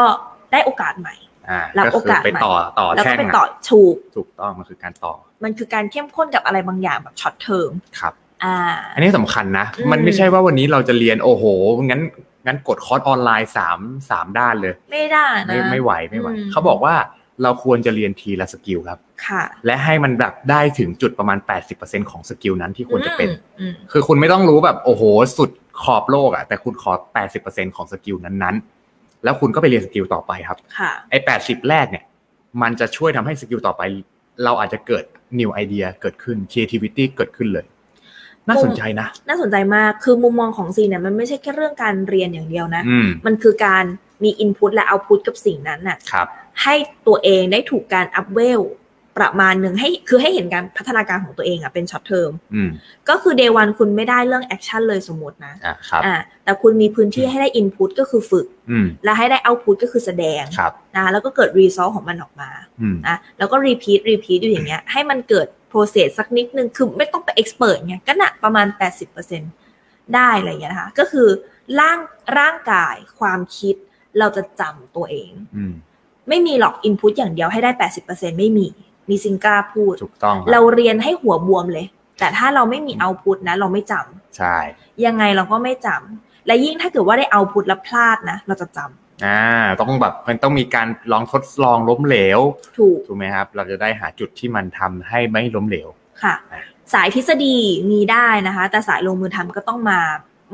[SPEAKER 1] ได้โอกาสใหม่
[SPEAKER 2] อ่า
[SPEAKER 1] รับ
[SPEAKER 2] ก็คือก
[SPEAKER 1] โอาส
[SPEAKER 2] ไป
[SPEAKER 1] ใหม่
[SPEAKER 2] ต่อต่อ
[SPEAKER 1] แล้ว
[SPEAKER 2] แท่
[SPEAKER 1] ก็
[SPEAKER 2] ง
[SPEAKER 1] ไป
[SPEAKER 2] อะ
[SPEAKER 1] ต่อถูก
[SPEAKER 2] ถูกต้องมันคือการต่อ
[SPEAKER 1] มันคือการเข้มข้นกับอะไรบางอย่างแบบช็อตเทอม
[SPEAKER 2] ครับ
[SPEAKER 1] อ่า
[SPEAKER 2] อันนี้สำคัญนะ
[SPEAKER 1] อืม
[SPEAKER 2] มันไม่ใช่ว่าวันนี้เราจะเรียนโอ้โหงั้นงั้นกดคอร์สออนไลน์สามสามด้านเลย
[SPEAKER 1] ไม่ได้นะ
[SPEAKER 2] ไม่ไม่ไหวไม่ไหว
[SPEAKER 1] อืม
[SPEAKER 2] เขาบอกว่าเราควรจะเรียนทีละสกิลครับ
[SPEAKER 1] ค่ะ
[SPEAKER 2] และให้มันแบบได้ถึงจุดประมาณ 80%ของสกิลนั้นที่ควรจะเป็น
[SPEAKER 1] อืมอืม
[SPEAKER 2] คือคุณไม่ต้องรู้แบบโอ้โหสุดขอบโลกอะแต่คุณขอ 80%ของสกิลนั้นๆ แล้วคุณก็ไปเรียนสกิลต่อไปครับ
[SPEAKER 1] ค่ะ
[SPEAKER 2] ไอ้80 แรกเนี่ย มันจะช่วยทำให้สกิลต่อไป เราอาจจะเกิด new idea เกิดขึ้น creativity เกิดขึ้นเลย น่าสนใจนะ
[SPEAKER 1] น่าสนใจมากคือมุมมองของซีนเนี่ยมันไม่ใช่แค่เรื่องการเรียนอย่างเดียวนะ
[SPEAKER 2] อืม
[SPEAKER 1] มันคือการมีอินพุตและเอาพุตกับสิ่งนั้นน่ะ
[SPEAKER 2] ครับ
[SPEAKER 1] ให้ตัวเองได้ถูกการอัพเวลประมาณหนึ่งให้คือให้เห็นการพัฒนาการของตัวเองอะเป็นช็อตเทอม
[SPEAKER 2] อืม
[SPEAKER 1] ก็คือเดวันคุณไม่ได้เรื่องแอคชั่นเลยสมมตินะ
[SPEAKER 2] อ่ะครับ
[SPEAKER 1] อ่าแต่คุณมีพื้นที่ให้ได้อินพุตก็คือฝึก
[SPEAKER 2] อืม
[SPEAKER 1] และให้ได้เอาพุตก็คือแสดง
[SPEAKER 2] ครับ
[SPEAKER 1] นะแล้วก็เกิดรีซอสของมันออกมา
[SPEAKER 2] อืม
[SPEAKER 1] นะแล้วก็รีพีทรีพีทอยู่อย่างเงี้ยให้มันเกิดโปรเซสสักนิดนึงคือไม่ต้องไปเอ็กซ์เพรสไงก็หนักประมาณ 80%ได้อะไรอย่างเงี้ยนะคะก็คือร่างร่างกายความคิดเราจะจำตัวเอง
[SPEAKER 2] อืม
[SPEAKER 1] ไม่มีหรอกอินพุตอย่างเดียวให้ได้ 80%ไม่มี มีซิงกล้าพูด
[SPEAKER 2] ถูกต้องค
[SPEAKER 1] เรา
[SPEAKER 2] รับ
[SPEAKER 1] เรียนให้หัวบวมเลย แต่ถ้าเราไม่มีเอาพุตนะ เราไม่จำ
[SPEAKER 2] ใช่
[SPEAKER 1] ยังไงเราก็ไม่จำและยิ่งถ้าเกิดว่าได้เอาพุตแล้วพลาดนะ เราจะจำ
[SPEAKER 2] อ่าต้องแบบมันต้องมีการลองทดลองล้มเหลว
[SPEAKER 1] ถูก
[SPEAKER 2] ถูกไหมครับ เราจะได้หาจุดที่มันทำให้ไม่ล้มเหลว
[SPEAKER 1] ค่ะ สายทฤษฎีมีได้นะคะ แต่สายลงมือทำก็ต้องมา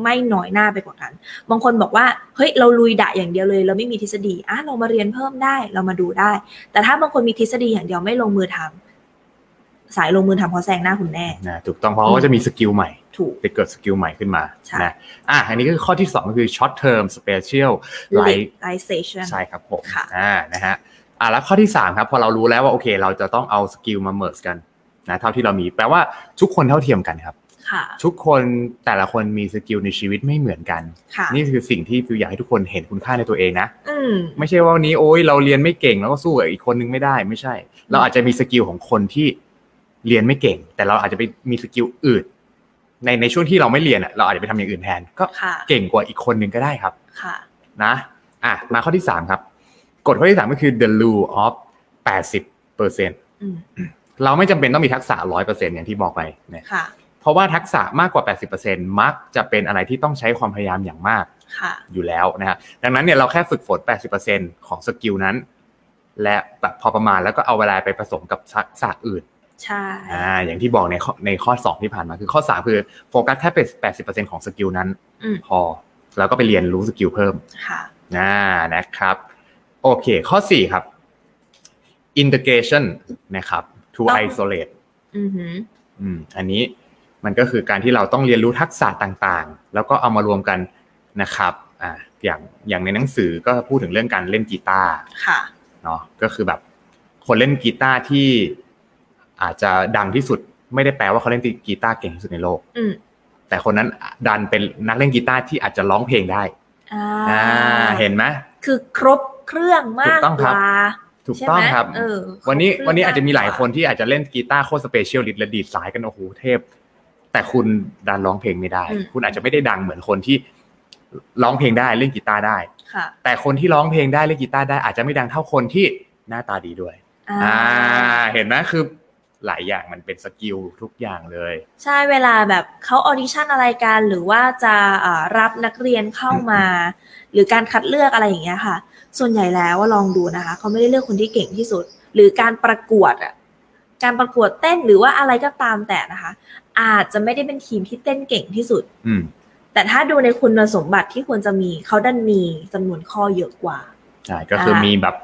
[SPEAKER 1] ไม่น้อยหน้าไปกว่ากัน บางคนบอกว่าเฮ้ยเราลุยดะอย่างเดียวเลย เราไม่มีทฤษฎีอ่ะเรามาเรียนเพิ่มได้เรามาดูได้ แต่ถ้าบางคนมีทฤษฎีอย่างเดียวไม่ลงมือทำสายลงมือทำเขาแซงหน้าคุณแน่
[SPEAKER 2] นะถูกต้องเพราะว่าจะมีสกิลใหม่
[SPEAKER 1] ถูก
[SPEAKER 2] จะเกิดสกิลใหม่ขึ้นมา
[SPEAKER 1] ใช่
[SPEAKER 2] นะอ่ะอันนี้ก็คือข้อที่ 2 ก็คือ short term special life
[SPEAKER 1] legalization
[SPEAKER 2] ใช่ครับผม
[SPEAKER 1] ค่ะ
[SPEAKER 2] อ่านะฮะอ่ะแล้วข้อที่ 3 ครับ พอเรารู้แล้วว่าโอเค เราจะต้องเอาสกิลมา merge กันนะเท่าที่เรามีแปลว่าทุกคนเท่าเทียมกันครับ
[SPEAKER 1] ค่ะ
[SPEAKER 2] ทุกคนแต่ละคนมีสกิลในชีวิตไม่เหมือนกัน
[SPEAKER 1] ค่ะ
[SPEAKER 2] นี่คือสิ่งที่ฟิวอยากให้ทุกคนเห็นคุณค่าในตัวเองนะ
[SPEAKER 1] อืม
[SPEAKER 2] ไม่ใช่ว่าวันนี้โอ๊ยเราเรียนไม่เก่งแล้วก็สู้กับอีกคนนึงไม่ได้ไม่ใช่ เราอาจจะมีสกิลของคนที่เรียนไม่เก่ง แต่เราอาจจะไปมีสกิลอื่น ในในช่วงที่เราไม่เรียนอะเราอาจจะไปทำอย่างอื่นแทน ก็
[SPEAKER 1] ค่ะ
[SPEAKER 2] เก่งกว่าอีกคนนึงก็ได้ครับ
[SPEAKER 1] ค่ะ
[SPEAKER 2] นะอ่ะมาข้อที่ 3 ครับกฎข้อที่ 3 ก็คือ the rule of 80เปอร์เซ็น
[SPEAKER 1] อืม
[SPEAKER 2] เราไม่จำเป็นต้องมีทักษะ 100%อย่างที่บอกไปนะ
[SPEAKER 1] ค่ะ
[SPEAKER 2] เพราะว่าทักษะมากกว่า 80%มักจะเป็นอะไรที่ต้องใช้ความพยายามอย่างมาก
[SPEAKER 1] ค่ะ
[SPEAKER 2] อยู่แล้วนะฮะดังนั้นเนี่ยเราแค่ฝึกฝน 80%ของสกิลนั้น และแบบพอประมาณแล้วก็เอาเวลาไปผสมกับทักษะอื่น
[SPEAKER 1] ใช่
[SPEAKER 2] อ่าอย่างที่บอกในข้อในข้อ 2 ที่ผ่านมาคือข้อ 3 คือโฟกัสแค่เป็น80%ของสกิลนั้น
[SPEAKER 1] อืม
[SPEAKER 2] พอ แล้วก็ไปเรียนรู้สกิลเพิ่ม
[SPEAKER 1] ค่ะ
[SPEAKER 2] อ่านะครับ โอเค ข้อ 4 ครับ integration นะครับ to
[SPEAKER 1] ต้อง
[SPEAKER 2] isolate
[SPEAKER 1] อือหือ
[SPEAKER 2] อืมอันนี้มันก็คือการที่เราต้องเรียนรู้ทักษะต่างๆ แล้วก็เอามารวมกันนะครับอ่าอย่างอย่างในหนังสือก็พูดถึงเรื่องการเล่นกีตาร์
[SPEAKER 1] ค่ะ
[SPEAKER 2] เนาะก็คือแบบคนเล่นกีตาร์ที่อาจจะดังที่สุดไม่ได้แปลว่าเขาเล่นกีตาร์เก่งที่สุดในโลก
[SPEAKER 1] อืม
[SPEAKER 2] แต่คนนั้นดันเป็นนักเล่นกีตาร์ที่อาจจะร้องเพลงได้
[SPEAKER 1] อ่า
[SPEAKER 2] อ่าเห็นไหม
[SPEAKER 1] คือครบเครื่องมาก
[SPEAKER 2] ถูกต้อง
[SPEAKER 1] ก
[SPEAKER 2] ครับ
[SPEAKER 1] ว่า
[SPEAKER 2] ถูกต้อง
[SPEAKER 1] ใช่ไหม
[SPEAKER 2] ครับ
[SPEAKER 1] เออครบ
[SPEAKER 2] วันนี้
[SPEAKER 1] เครื่ง
[SPEAKER 2] วันนี้อาจจะมีหลายคน
[SPEAKER 1] ก
[SPEAKER 2] ที่อาจจะเล่นกีตาร์โคตรสเปเชียลลิตและดีดสายกันโอ้โหเทพ แต่คุณดันร้องเพลงไม่ได้ คุณอาจจะไม่ได้ดังเหมือนคนที่ร้องเพลงได้เล่นกีตาร์ได้
[SPEAKER 1] ว่าค่ะ
[SPEAKER 2] แต่คนที่ร้องเพลงได้เล่นกีตาร์ได้อาจจะไม่ดังเท่าคนที่หน้าตาดีด้วย
[SPEAKER 1] อ่า
[SPEAKER 2] อ่า เห็นไหมคือหลายอย่างมันเป็นสกิลทุกอย่างเลย
[SPEAKER 1] ใช่เวลาแบบเขาออดิชั่นอะไรกัน หรือว่าจะอ่ารับนักเรียนเข้ามา หรือการคัดเลือกอะไรอย่างเงี้ยค่ะ ส่วนใหญ่แล้วว่าลองดูนะคะเขาไม่ได้เลือกคนที่เก่งที่สุด หรือการประกวดอ่ะการประกวดเต้นหรือว่าอะไรก็ตามแต่นะคะ อาจจะไม่ได้เป็นทีมที่เต้นเก่งที่สุด
[SPEAKER 2] อืม
[SPEAKER 1] แต่ถ้าดูในคุณสมบัติที่ควรจะมีเขาดันมีจำนวนข้อเยอะกว่า
[SPEAKER 2] ใช่ก็คือ
[SPEAKER 1] ค่ะ
[SPEAKER 2] มีแบบ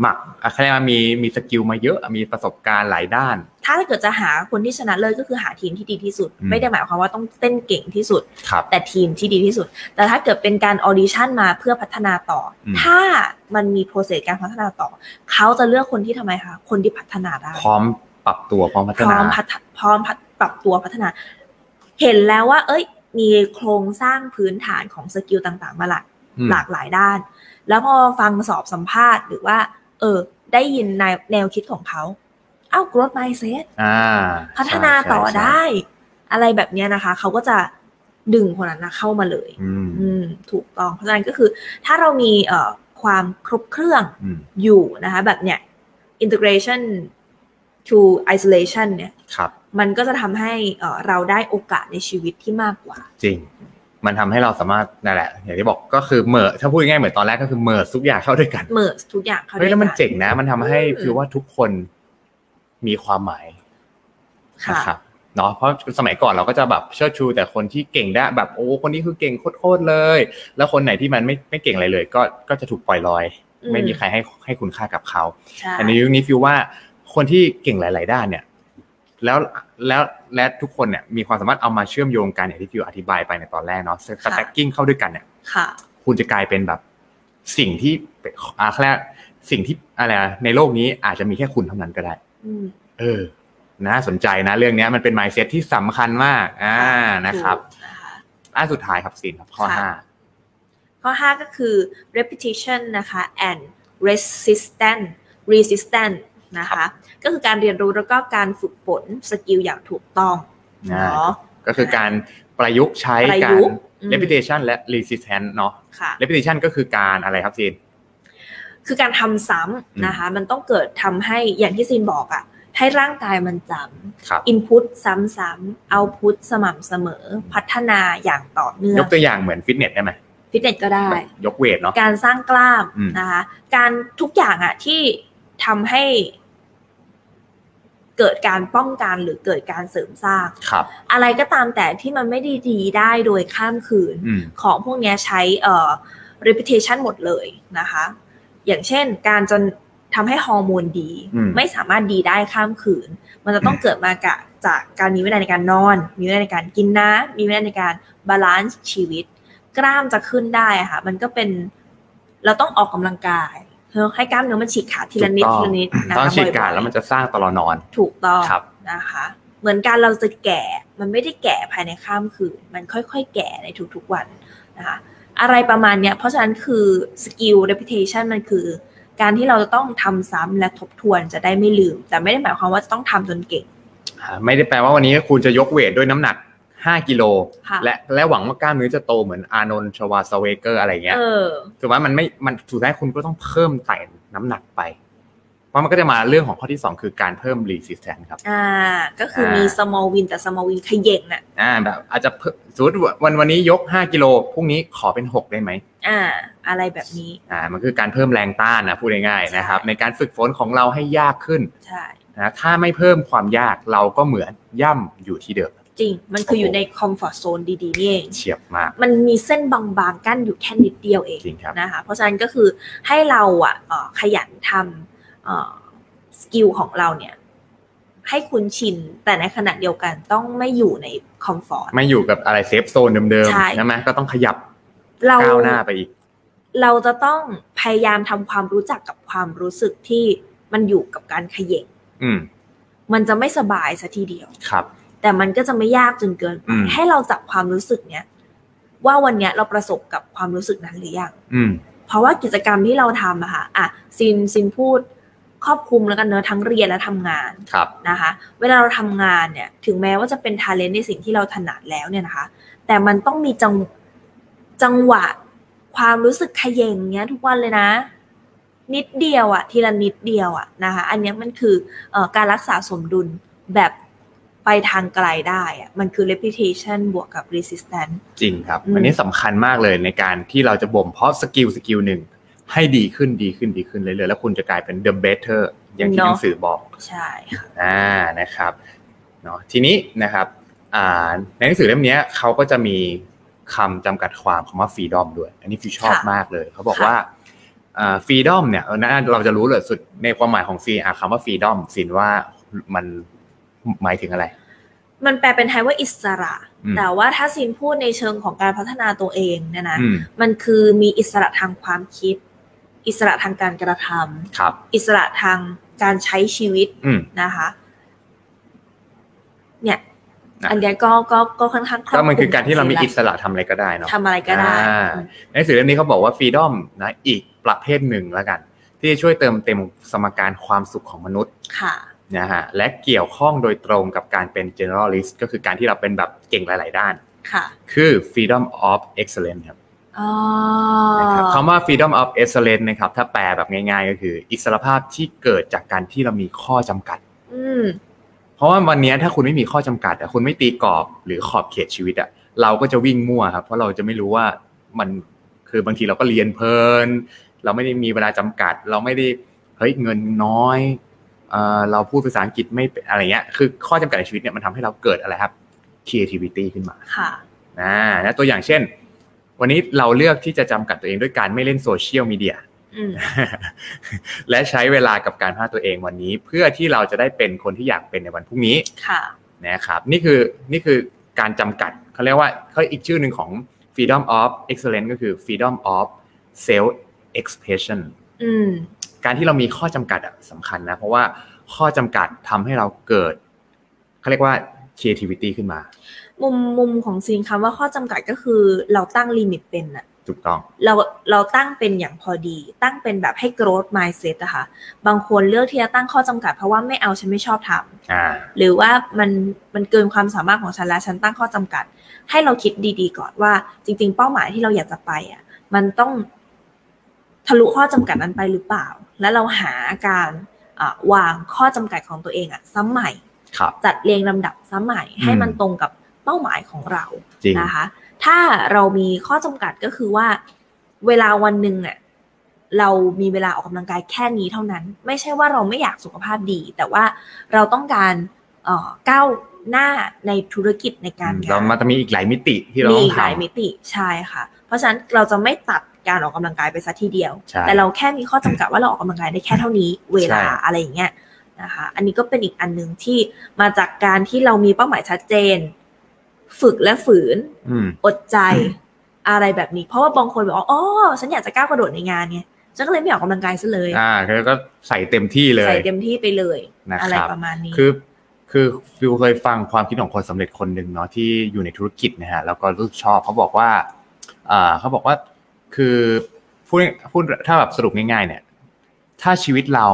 [SPEAKER 2] หมักอะไรยกว่ามีมีสกิลมาเยอะมีประสบการณ์หลายด้าน
[SPEAKER 1] ถ้าเกิดจะหาคนที่ชนะเลิศก็คือหาทีมที่ดีที่สุด
[SPEAKER 2] อืม
[SPEAKER 1] ไม่ได้หมายความว่าต้องเต้นเก่งที่สุด
[SPEAKER 2] ครับ
[SPEAKER 1] แต่ทีมที่ดีที่สุด แต่ถ้าเกิดเป็นการออดิชั่นมาเพื่อพัฒนาต่ออ
[SPEAKER 2] ม
[SPEAKER 1] ถ้ามันมีโปรเซสการพัฒนาต่อ เขาจะเลือกคนที่ทำไมคะคนที่พัฒนาได้
[SPEAKER 2] พร้อมปรับตัวพร้อมพั
[SPEAKER 1] พ
[SPEAKER 2] ฒ
[SPEAKER 1] ร้
[SPEAKER 2] นา
[SPEAKER 1] อมพัฒพร้อมพัฒปรับตัวพัฒนา เห็นแล้วว่า เอ้ย มีโครงสร้างพื้นฐานของสกิลต่างๆ มาหลาย
[SPEAKER 2] อืม
[SPEAKER 1] หลากหลายด้าน แล้วพอฟังสอบสัมภาษณ์หรือว่า เออ ได้ยินแนวแนวคิดของเขา เอ้า growth mindset
[SPEAKER 2] อ่า
[SPEAKER 1] พัฒนา
[SPEAKER 2] ใช่
[SPEAKER 1] ต่อ
[SPEAKER 2] ใช่
[SPEAKER 1] ได้ อะไรแบบเนี้ยนะคะ เขาก็จะดึงคนนั้นนะเข้ามาเลย
[SPEAKER 2] อืม
[SPEAKER 1] อืม ถูกต้อง เพราะฉะนั้นก็คือ ถ้าเรามีเอ่อความครบเครื่อง
[SPEAKER 2] อืม
[SPEAKER 1] อยู่นะคะแบบเนี้ย integration to isolation เนี่ย
[SPEAKER 2] ครับ
[SPEAKER 1] มันก็จะทำให้เอ่อเราได้โอกาสในชีวิตที่มากกว่า
[SPEAKER 2] จริง มันทำให้เราสามารถนั่นแหละ อย่างที่บอกก็คือเมิร์ถ้าพูดง่ายๆเหมือนตอนแรกก็คือเมิร์ทุกอย่างเข้าด้วยกัน
[SPEAKER 1] เมิร์ทุกอย่างเข้าด้
[SPEAKER 2] เฮ้ย
[SPEAKER 1] วย
[SPEAKER 2] แล้วมัน
[SPEAKER 1] กัน
[SPEAKER 2] เจ๋งนะ มันทำให้
[SPEAKER 1] อืม
[SPEAKER 2] คือว่าทุกคนมีความหมาย
[SPEAKER 1] ค่ะ
[SPEAKER 2] นะครับเนาะเพราะสมัยก่อนเราก็จะแบบเชิดชูแต่คนที่เก่งได้แบบโอ้คนนี้คือเก่งโคตรๆเลย แล้วคนไหนที่มันไม่ไม่เก่งอะไรเลย ก็ก็จะถูกปล่อยลอย
[SPEAKER 1] อืม
[SPEAKER 2] ไม่มีใครให้ให้คุณค่ากับเขา
[SPEAKER 1] ใช่
[SPEAKER 2] แต่ในยุคนี้ฟิวว่าคนที่เก่งหลาย ๆ ด้านเนี่ย แล้วแล้วและทุกคนเนี่ยมีความสามารถเอามาเชื่อมโยงกันอย่างที่พี่อยู่อธิบายไปในตอนแรกเนาะ
[SPEAKER 1] ค่ะ
[SPEAKER 2] stacking เข้าด้วยกันเนี่ย
[SPEAKER 1] ค่ะ
[SPEAKER 2] คุณจะกลายเป็นแบบสิ่งที่เป็นอ่าแค่สิ่งที่อะไรอะในโลกนี้อาจจะมีแค่คุณเท่านั้นก็ได้
[SPEAKER 1] อืม
[SPEAKER 2] เออน่าสนใจนะ เรื่องเนี้ยมันเป็น mindset ที่สำคัญมาก อ่านะครับ
[SPEAKER 1] ถูกนะคะ
[SPEAKER 2] อ่าสุดท้ายครับสินครับข้อ
[SPEAKER 1] ค่ะ
[SPEAKER 2] ห้า
[SPEAKER 1] ข้อ 5 ก็คือ repetition นะคะ and resistant resistant นะคะ ก็คือการเรียนรู้แล้วก็การฝึกฝนสกิลอย่างถูกต้อง
[SPEAKER 2] อ่า
[SPEAKER 1] เนาะ
[SPEAKER 2] ก็คือการประยุกต์ใช้
[SPEAKER 1] ประ
[SPEAKER 2] กา
[SPEAKER 1] ยุ
[SPEAKER 2] ร
[SPEAKER 1] กต์อืม
[SPEAKER 2] repetition และ resistance เนาะ
[SPEAKER 1] ค่ะ
[SPEAKER 2] repetition ก็คือการอะไรครับซีน
[SPEAKER 1] คือการทำซ้ำนะคะ มันต้องเกิดทำให้อย่างที่ซีนบอกอะ่ะ ให้ร่างกายมันจ
[SPEAKER 2] ครับ
[SPEAKER 1] ำ input ซ้ำๆ output สม่ำเสมอ พัฒนาอย่างต่อเนื่อย ง
[SPEAKER 2] กตัวอย่างเหมือนฟิตเนสได้ไหม
[SPEAKER 1] ฟิตเนสก็ได้
[SPEAKER 2] แบบยกเวทเนาะ
[SPEAKER 1] การสร้างกล้าม
[SPEAKER 2] อืม
[SPEAKER 1] นะคะ การทุกอย่างอะที่ทำให้ เกิดการป้องกันหรือเกิดการเสริมสร้าง
[SPEAKER 2] ครับ
[SPEAKER 1] อะไรก็ตามแต่ที่มันไม่ได้ดีได้โดยข้ามคืน
[SPEAKER 2] อืม
[SPEAKER 1] ของพวกเนี้ยใช้เอ่อ repetition หมดเลยนะคะ อย่างเช่นการจนทำให้ฮอร์โมนดี
[SPEAKER 2] อืม
[SPEAKER 1] ไม่สามารถดีได้ข้ามคืน มันจะต้องเกิดมากะจากการมีวินัยในการนอน มีวินัยในการกินนะ มีวินัยในการบาลานซ์ชีวิต กล้ามจะขึ้นได้อะค่ะ มันก็เป็นเราต้องออกกำลังกายเพื่อให้กล้ามเนื้อมันฉีกขาดทีละนิดที
[SPEAKER 2] ถูกต้อง
[SPEAKER 1] ละนิดะคะ
[SPEAKER 2] ต้องฉีด
[SPEAKER 1] บ่อยๆ
[SPEAKER 2] การแล้วมันจะสร้างตลอดนอน
[SPEAKER 1] ถูกต้อง
[SPEAKER 2] ครับ
[SPEAKER 1] นะคะ เหมือนการเราจะแก่ มันไม่ได้แก่ภายในข้ามคืน มันค่อยๆ แก่ในทุกๆวันนะคะ อะไรประมาณเนี้ย เพราะฉะนั้นคือสกิล reputation มันคือ การที่เราจะต้องทำซ้ำและทบทวนจะได้ไม่ลืม แต่ไม่ได้หมายความว่าจะต้องทำจนเก่ง
[SPEAKER 2] อ่าไม่ได้แปลว่าวันนี้คุณจะยกเวทด้วยน้ำหนัก 5 กิโล
[SPEAKER 1] ค่ะ
[SPEAKER 2] และและหวังว่ากล้ามเนื้อจะโตเหมือนอานนท์ชวาสเวเกอร์อะไรเงี้ย
[SPEAKER 1] เออ
[SPEAKER 2] ถูกไหมมันไม่ มันสุดท้ายคุณก็ต้องเพิ่มไต่น้ำหนักไป เพราะมันก็จะมาเรื่องของข้อที่ 2 คือการเพิ่ม resistance ครับ
[SPEAKER 1] อ่า ก็คือมี
[SPEAKER 2] อ่า
[SPEAKER 1] small win แต่ small win ขย่งน่ะ
[SPEAKER 2] อ่าแบบอาจจะเพิ่มสมมติวันวันนี้ยก 5 กิโลพรุ่งนี้ขอเป็น 6 ได้ไหม
[SPEAKER 1] อ่า อะไรแบบนี้
[SPEAKER 2] อ่ามันคือการเพิ่มแรงต้านนะพูดง่ายๆนะครับ
[SPEAKER 1] ใช่
[SPEAKER 2] ในการฝึกฝนของเราให้ยากขึ้น
[SPEAKER 1] ใช่
[SPEAKER 2] นะถ้าไม่เพิ่มความยากเราก็เหมือนย่ำอยู่ที่เดิม
[SPEAKER 1] จริง มันคืออยู่ใน comfort zone ดีๆนี่เอง
[SPEAKER 2] เฉียบมาก
[SPEAKER 1] มันมีเส้นบางๆ กั้นอยู่แค่นิดเดียวเอง
[SPEAKER 2] จริงครับ
[SPEAKER 1] นะคะเพราะฉะนั้นก็คือให้เราอ่ะเอ่อขยันทำสกิลของเราเนี่ย ให้คุ้นชิน แต่ในขณะเดียวกันต้องไม่อยู่ในคอมฟอร์ต
[SPEAKER 2] ไม่อยู่กับอะไรเซฟโซนเดิม
[SPEAKER 1] ใช่
[SPEAKER 2] ๆใช่ไหมก็ต้องขยับ
[SPEAKER 1] เรา
[SPEAKER 2] ก้าวหน้าไปอีก
[SPEAKER 1] เราจะต้องพยายามทำความรู้จักกับความรู้สึกที่มันอยู่กับการเขย่ง
[SPEAKER 2] อืม
[SPEAKER 1] มันจะไม่สบายซะทีเดียว
[SPEAKER 2] ครับ
[SPEAKER 1] แต่มันก็จะไม่ยากจนเกินไป
[SPEAKER 2] อืม
[SPEAKER 1] ให้เราจับความรู้สึกเนี้ยว่าวันเนี้ยเราประสบกับความรู้สึกนั้นหรือยัง
[SPEAKER 2] อืม
[SPEAKER 1] เพราะว่ากิจกรรมที่เราทำอะค่ะอ่ะซินซินพูดครอบคลุมแล้วกันเนอะทั้งเรียนและทำงาน
[SPEAKER 2] ครับ
[SPEAKER 1] นะคะ เวลาเราทำงานเนี่ย ถึงแม้ว่าจะเป็นทาเลนในสิ่งที่เราถนัดแล้วเนี่ยนะคะ แต่มันต้องมีจังจังหวะ ความรู้สึกขยเยงเนี้ยทุกวันเลยนะ นิดเดียวอะทีละนิดเดียวอะนะคะ อันเนี้ยมันคือเออการรักษาสมดุลแบบไปทางไกลได้อะมันคือ repetition บวกกับ resistance
[SPEAKER 2] จริงครับ
[SPEAKER 1] อืม
[SPEAKER 2] อันนี้สำคัญมากเลยในการที่เราจะบ่มเพาะสกิลสกิลหนึ่งให้ดีขึ้นดีขึ้นดีขึ้นเรื่อยๆแล้วคุณจะกลายเป็น the better อย่างที่หนังสือบอก
[SPEAKER 1] ใช่ค่ะ
[SPEAKER 2] อ่านะครับเนาะทีนี้นะครับอ่าในหนังสือเล่มเนี้ยเขาก็จะมีคำจำกัดความคำว่าฟรีดอมด้วย อันนี้ฟิวชอบ
[SPEAKER 1] ค่ะ
[SPEAKER 2] มากเลยเขาบอก
[SPEAKER 1] ค่ะ
[SPEAKER 2] ว่าฟรีดอมเนี่ยเออน่าเราจะรู้เลยสุดในความหมายของซีนอ่ะคำว่าฟรีดอมซีนว่ามันหมายถึงอะไร
[SPEAKER 1] มันแปลเป็นไทยว่าอิสระ
[SPEAKER 2] อืม
[SPEAKER 1] แต่ว่าถ้าซินพูดในเชิงของการพัฒนาตัวเองเนี่ยนะ
[SPEAKER 2] อืม
[SPEAKER 1] มันคือมีอิสระทางความคิด อิสระทางการกระทำ
[SPEAKER 2] ครับ
[SPEAKER 1] อิสระทางการใช้ชีวิต
[SPEAKER 2] อืม
[SPEAKER 1] นะคะ เนี่ย
[SPEAKER 2] อ่ะ
[SPEAKER 1] อันเนี้ยก็ก็ก็ค่อนข้างรบ
[SPEAKER 2] ก็มันคือการที่เรามี
[SPEAKER 1] คลุ
[SPEAKER 2] อิสระทำอะไรก็ได้เนาะ
[SPEAKER 1] ทำอะไรก็ได้
[SPEAKER 2] อ่า
[SPEAKER 1] อืม
[SPEAKER 2] ในหนังสือเล่มนี้เขาบอกว่าฟรีดอมนะอีกประเภทหนึ่งแล้วกัน ที่จะช่วยเติมเต็มสมการความสุขของมนุษย์
[SPEAKER 1] ค่ะ
[SPEAKER 2] นะฮะและเกี่ยวข้องโดยตรงกับการเป็น generalist ก็คือการที่เราเป็นแบบเก่งหลาย ๆ ด้าน
[SPEAKER 1] ค่ะ
[SPEAKER 2] คือ freedom of excellence ครับ
[SPEAKER 1] อ๋อ
[SPEAKER 2] นะครับคำว่า freedom of excellence นะครับถ้าแปลแบบง่าย ๆ ก็คือ อิสรภาพที่เกิดจากการที่เรามีข้อจำกัด
[SPEAKER 1] อืม
[SPEAKER 2] เพราะว่าวันเนี้ยถ้าคุณไม่มีข้อจำกัดอะคุณไม่ตีกรอบหรือขอบเขตชีวิตอะเราก็จะวิ่งมั่วครับ เพราะเราจะไม่รู้ว่ามันคือบางทีเราก็เรียนเพลิน เราไม่ได้มีเวลาจำกัด เราไม่ได้เฮ้ยเงินน้อยเออเราพูดภาษาอังกฤษไม่เป็นอะไรเงี้ยคือข้อจำกัดในชีวิตเนี่ยมันทำให้เราเกิดอะไรครับ creativity ขึ้นมา
[SPEAKER 1] ค่ะ
[SPEAKER 2] อ่านะตัวอย่างเช่น [laughs] วันนี้เราเลือกที่จะจำกัดตัวเองด้วยการไม่เล่นโซเชียลมีเดีย
[SPEAKER 1] อืม
[SPEAKER 2] และใช้เวลากับการพัฒนาตัวเองวันนี้ เพื่อที่เราจะได้เป็นคนที่อยากเป็นในวันพรุ่งนี้
[SPEAKER 1] ค่ะ
[SPEAKER 2] นะครับนี่คือนี่คือการจำกัดเขาเรียกว่าเขาอีกชื่อหนึ่งของ freedom of excellence ก็คือ freedom of self expression
[SPEAKER 1] อืม
[SPEAKER 2] การที่เรามีข้อจำกัดอะสำคัญนะ เพราะว่าข้อจำกัดทำให้เราเกิดเขาเรียกว่า creativity ขึ้นมา
[SPEAKER 1] มุมมุมของซีนคำว่าข้อจำกัดก็คือเราตั้งลิมิตเป็นอะ
[SPEAKER 2] ถูกต้อง
[SPEAKER 1] เราเราตั้งเป็นอย่างพอดี ตั้งเป็นแบบให้ growth mindset อะค่ะ บางคนเลือกที่จะตั้งข้อจำกัดเพราะว่าไม่เอาฉันไม่ชอบทำ
[SPEAKER 2] อ่า
[SPEAKER 1] หรือว่ามันมันเกินความสามารถของฉันแล้วฉันตั้งข้อจำกัด ให้เราคิดดีๆก่อนว่าจริง ๆ เป้าหมายที่เราอยากจะไปอ่ะมันต้องทะลุข้อจำกัดนั้นไปหรือเปล่า แล้วเราหาการอ่ะวางข้อจำกัดของตัวเองอ่ะซ้ำใหม่
[SPEAKER 2] ครับ
[SPEAKER 1] จัดเรียงลำดับซ้ำใหม่ ให้
[SPEAKER 2] อืม
[SPEAKER 1] มันตรงกับเป้าหมายของเรา
[SPEAKER 2] จริง
[SPEAKER 1] นะคะ ถ้าเรามีข้อจำกัดก็คือว่า เวลาวันหนึ่งเนี่ยเรามีเวลาออกกำลังกายแค่นี้เท่านั้น ไม่ใช่ว่าเราไม่อยากสุขภาพดี แต่ว่าเราต้องการเอ่อก้าวหน้าในธุรกิจในการงา
[SPEAKER 2] เรา
[SPEAKER 1] น
[SPEAKER 2] มันจะมีอีกหลายมิติที่เรา
[SPEAKER 1] มี
[SPEAKER 2] ต้อง
[SPEAKER 1] หลายมิ
[SPEAKER 2] ทำ
[SPEAKER 1] ติใช่ค่ะ เพราะฉะนั้นเราจะไม่ตัดการออกกำลังกายไปซะทีเดียว
[SPEAKER 2] ใช่
[SPEAKER 1] แต่เราแค่มีข้อจำกัดว่าเราออกกำลังกายได้แค่เท่านี้ เวลา
[SPEAKER 2] ใช่
[SPEAKER 1] อะไรอย่างเงี้ยนะคะ อันนี้ก็เป็นอีกอันหนึ่งที่มาจากการที่เรามีเป้าหมายชัดเจน ฝึกและฝืน
[SPEAKER 2] อืม
[SPEAKER 1] อดใจอะไรแบบนี้ เพราะว่าบางคนบอกว่าอ๋อฉันอยากจะก้าวกระโดดในงานไงฉันก็เลยไม่ออกกำลังกายซะเลย
[SPEAKER 2] อ่าแล้วก็ใส่เต็มที่เล
[SPEAKER 1] ใส่
[SPEAKER 2] ย
[SPEAKER 1] เต็มที่ไปเลย
[SPEAKER 2] นะครับ
[SPEAKER 1] อะไรประมาณนี้
[SPEAKER 2] คือคือฟิวเคยฟังความคิดของคนสำเร็จคนหนึ่งเนาะที่อยู่ในธุรกิจนะฮะแล้วก็รู้สึกชอบเขาบอกว่าอ่าเขาบอกว่าคือพูดพูดถ้าแบบสรุปง่ายๆ เนี่ย ถ้าชีวิตเรา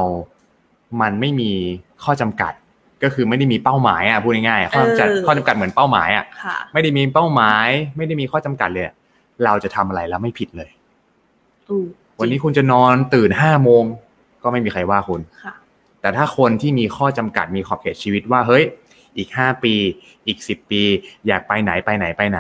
[SPEAKER 2] มันไม่มีข้อจำกัด ก็คือไม่ได้มีเป้าหมายอ่ะพูดง่ายๆข้อจำกัดข้อจำกัดเหมือนเป้าหมายอ่ะ
[SPEAKER 1] ค่ะ
[SPEAKER 2] ไม่ได้มีเป้าหมาย ไม่ได้มีข้อจำกัดเลยอะเราจะทำอะไรแล้วไม่ผิดเลย
[SPEAKER 1] อู
[SPEAKER 2] วันนี้คุณจะนอนตื่นห้าโมงก็ไม่มีใครว่าคุณ
[SPEAKER 1] ค่ะ
[SPEAKER 2] แต่ถ้าคนที่มีข้อจำกัดมีขอบเขตชีวิตว่าเฮ้ย อีก 5 ปี อีก 10 ปี อยากไปไหนไปไหนไปไหน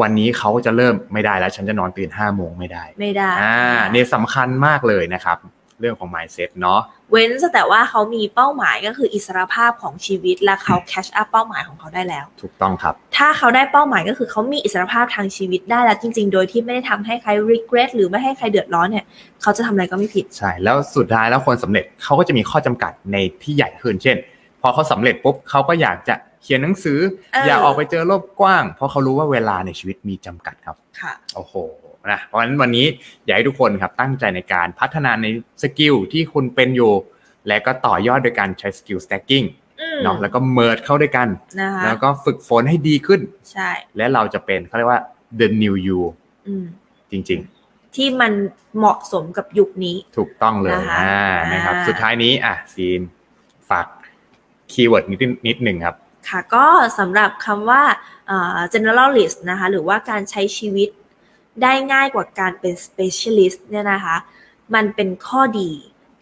[SPEAKER 2] วันนี้เขาจะเริ่มไม่ได้แล้ว ฉันจะนอนตื่น5โมงไม่ได้
[SPEAKER 1] ไม่ได้
[SPEAKER 2] อ่าเนี่ยสำคัญมากเลยนะครับ เรื่องของ mindset เนาะ
[SPEAKER 1] เว้นซะแต่ว่าเขามีเป้าหมายก็คืออิสรภาพของชีวิตและเขา catch up เป้าหมายของเขาได้แล้ว
[SPEAKER 2] ถูกต้องครับ
[SPEAKER 1] ถ้าเขาได้เป้าหมายก็คือเขามีอิสรภาพทางชีวิตได้แล้วจริง ๆ โดยที่ไม่ได้ทำให้ใคร regret หรือไม่ให้ใครเดือดร้อนเนี่ยเขาจะทำอะไรก็ไม่ผิด
[SPEAKER 2] ใช่ แล้วสุดท้ายแล้วคนสำเร็จเขาก็จะมีข้อจำกัดในที่ใหญ่ขึ้น เช่น พอเขาสำเร็จปุ๊บเขาก็อยากจะเขียนหนังสือ
[SPEAKER 1] เออ
[SPEAKER 2] อ
[SPEAKER 1] อ
[SPEAKER 2] ยากออกไปเจอโลกกว้าง เพราะเขารู้ว่าเวลาในชีวิตมีจำกัดครับ
[SPEAKER 1] ค่ะ
[SPEAKER 2] โอ้โห นะ เพราะฉะนั้นวันนี้อยากให้ทุกคนครับตั้งใจในการพัฒนาในสกิลที่คุณเป็นอยู่ และก็ต่อยอดโดยการใช้สกิล stacking
[SPEAKER 1] อืม
[SPEAKER 2] เนาะ แล้วก็เมิร์ดเข้าด้วยกัน
[SPEAKER 1] นะคะ
[SPEAKER 2] แล้วก็ฝึกฝนให้ดีขึ้น
[SPEAKER 1] ใช่
[SPEAKER 2] และเราจะเป็นเขาเรียกว่า the new you
[SPEAKER 1] อืม
[SPEAKER 2] จริง
[SPEAKER 1] ที่มันเหมาะสมกับยุคนี้
[SPEAKER 2] ๆ ถูกต้องเลย
[SPEAKER 1] นะคะ
[SPEAKER 2] อ่านะครับ
[SPEAKER 1] อ่า
[SPEAKER 2] สุดท้ายนี้ อ่ะซีนฝากคีย์เวิร์ดนิดนิดหนึ่งครับ
[SPEAKER 1] ค่ะก็สำหรับคำว่าเอ่อ generalist นะคะหรือว่าการใช้ชีวิตได้ง่ายกว่าการเป็น specialist เนี่ยนะคะ มันเป็นข้อดี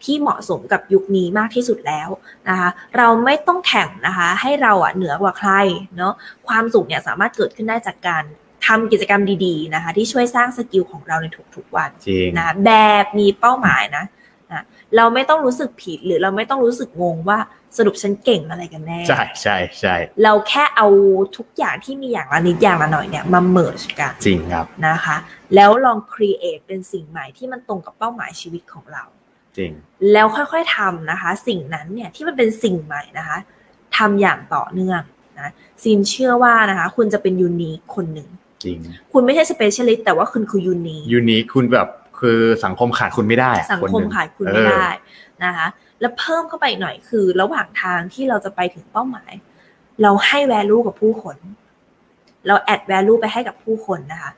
[SPEAKER 1] ที่เหมาะสมกับยุคนี้มากที่สุดแล้วนะคะเราไม่ต้องแข่งนะคะให้เราอะเหนือกว่าใครเนาะความสุขเนี่ยสามารถเกิดขึ้นได้จากการทำกิจกรรมดีๆนะคะที่ช่วยสร้างสกิลของเราในทุกๆวัน
[SPEAKER 2] จริง
[SPEAKER 1] นะแบบมีเป้าหมายนะนะเราไม่ต้องรู้สึกผิดหรือเราไม่ต้องรู้สึกงงว่าสรุปฉันเก่งอะไรกันแน่
[SPEAKER 2] ใช่ใช่ใช่
[SPEAKER 1] เราแค่เอาทุกอย่างที่มีอย่างละนิดอย่างละหน่อยเนี่ยมาเมิร์ชกัน
[SPEAKER 2] จริงครับ
[SPEAKER 1] นะคะ แล้วลองครีเอทเป็นสิ่งใหม่ที่มันตรงกับเป้าหมายชีวิตของเรา
[SPEAKER 2] จริง
[SPEAKER 1] แล้วค่อยๆทำนะคะ สิ่งนั้นเนี่ยที่มันเป็นสิ่งใหม่นะคะทำอย่างต่อเนื่องนะซินเชื่อว่านะคะ คุณจะเป็นยูนีคนหนึ่ง
[SPEAKER 2] จริง
[SPEAKER 1] คุณไม่ใช่สเปเชียลิสต์แต่ว่าคุณคือยูนี
[SPEAKER 2] ยูนิคคุณแบบคือสังคมขาดคุณไม่ได้อะ
[SPEAKER 1] สัง
[SPEAKER 2] น
[SPEAKER 1] คม
[SPEAKER 2] หนึ่
[SPEAKER 1] ขาดคุณ
[SPEAKER 2] เอ
[SPEAKER 1] ไม่
[SPEAKER 2] อ
[SPEAKER 1] ได้นะคะ แล้วเพิ่มเข้าไปอีกหน่อยคือ ระหว่างทางที่เราจะไปถึงเป้าหมาย เราให้ value กับผู้คน เรา add value ไปให้กับผู้คนนะคะ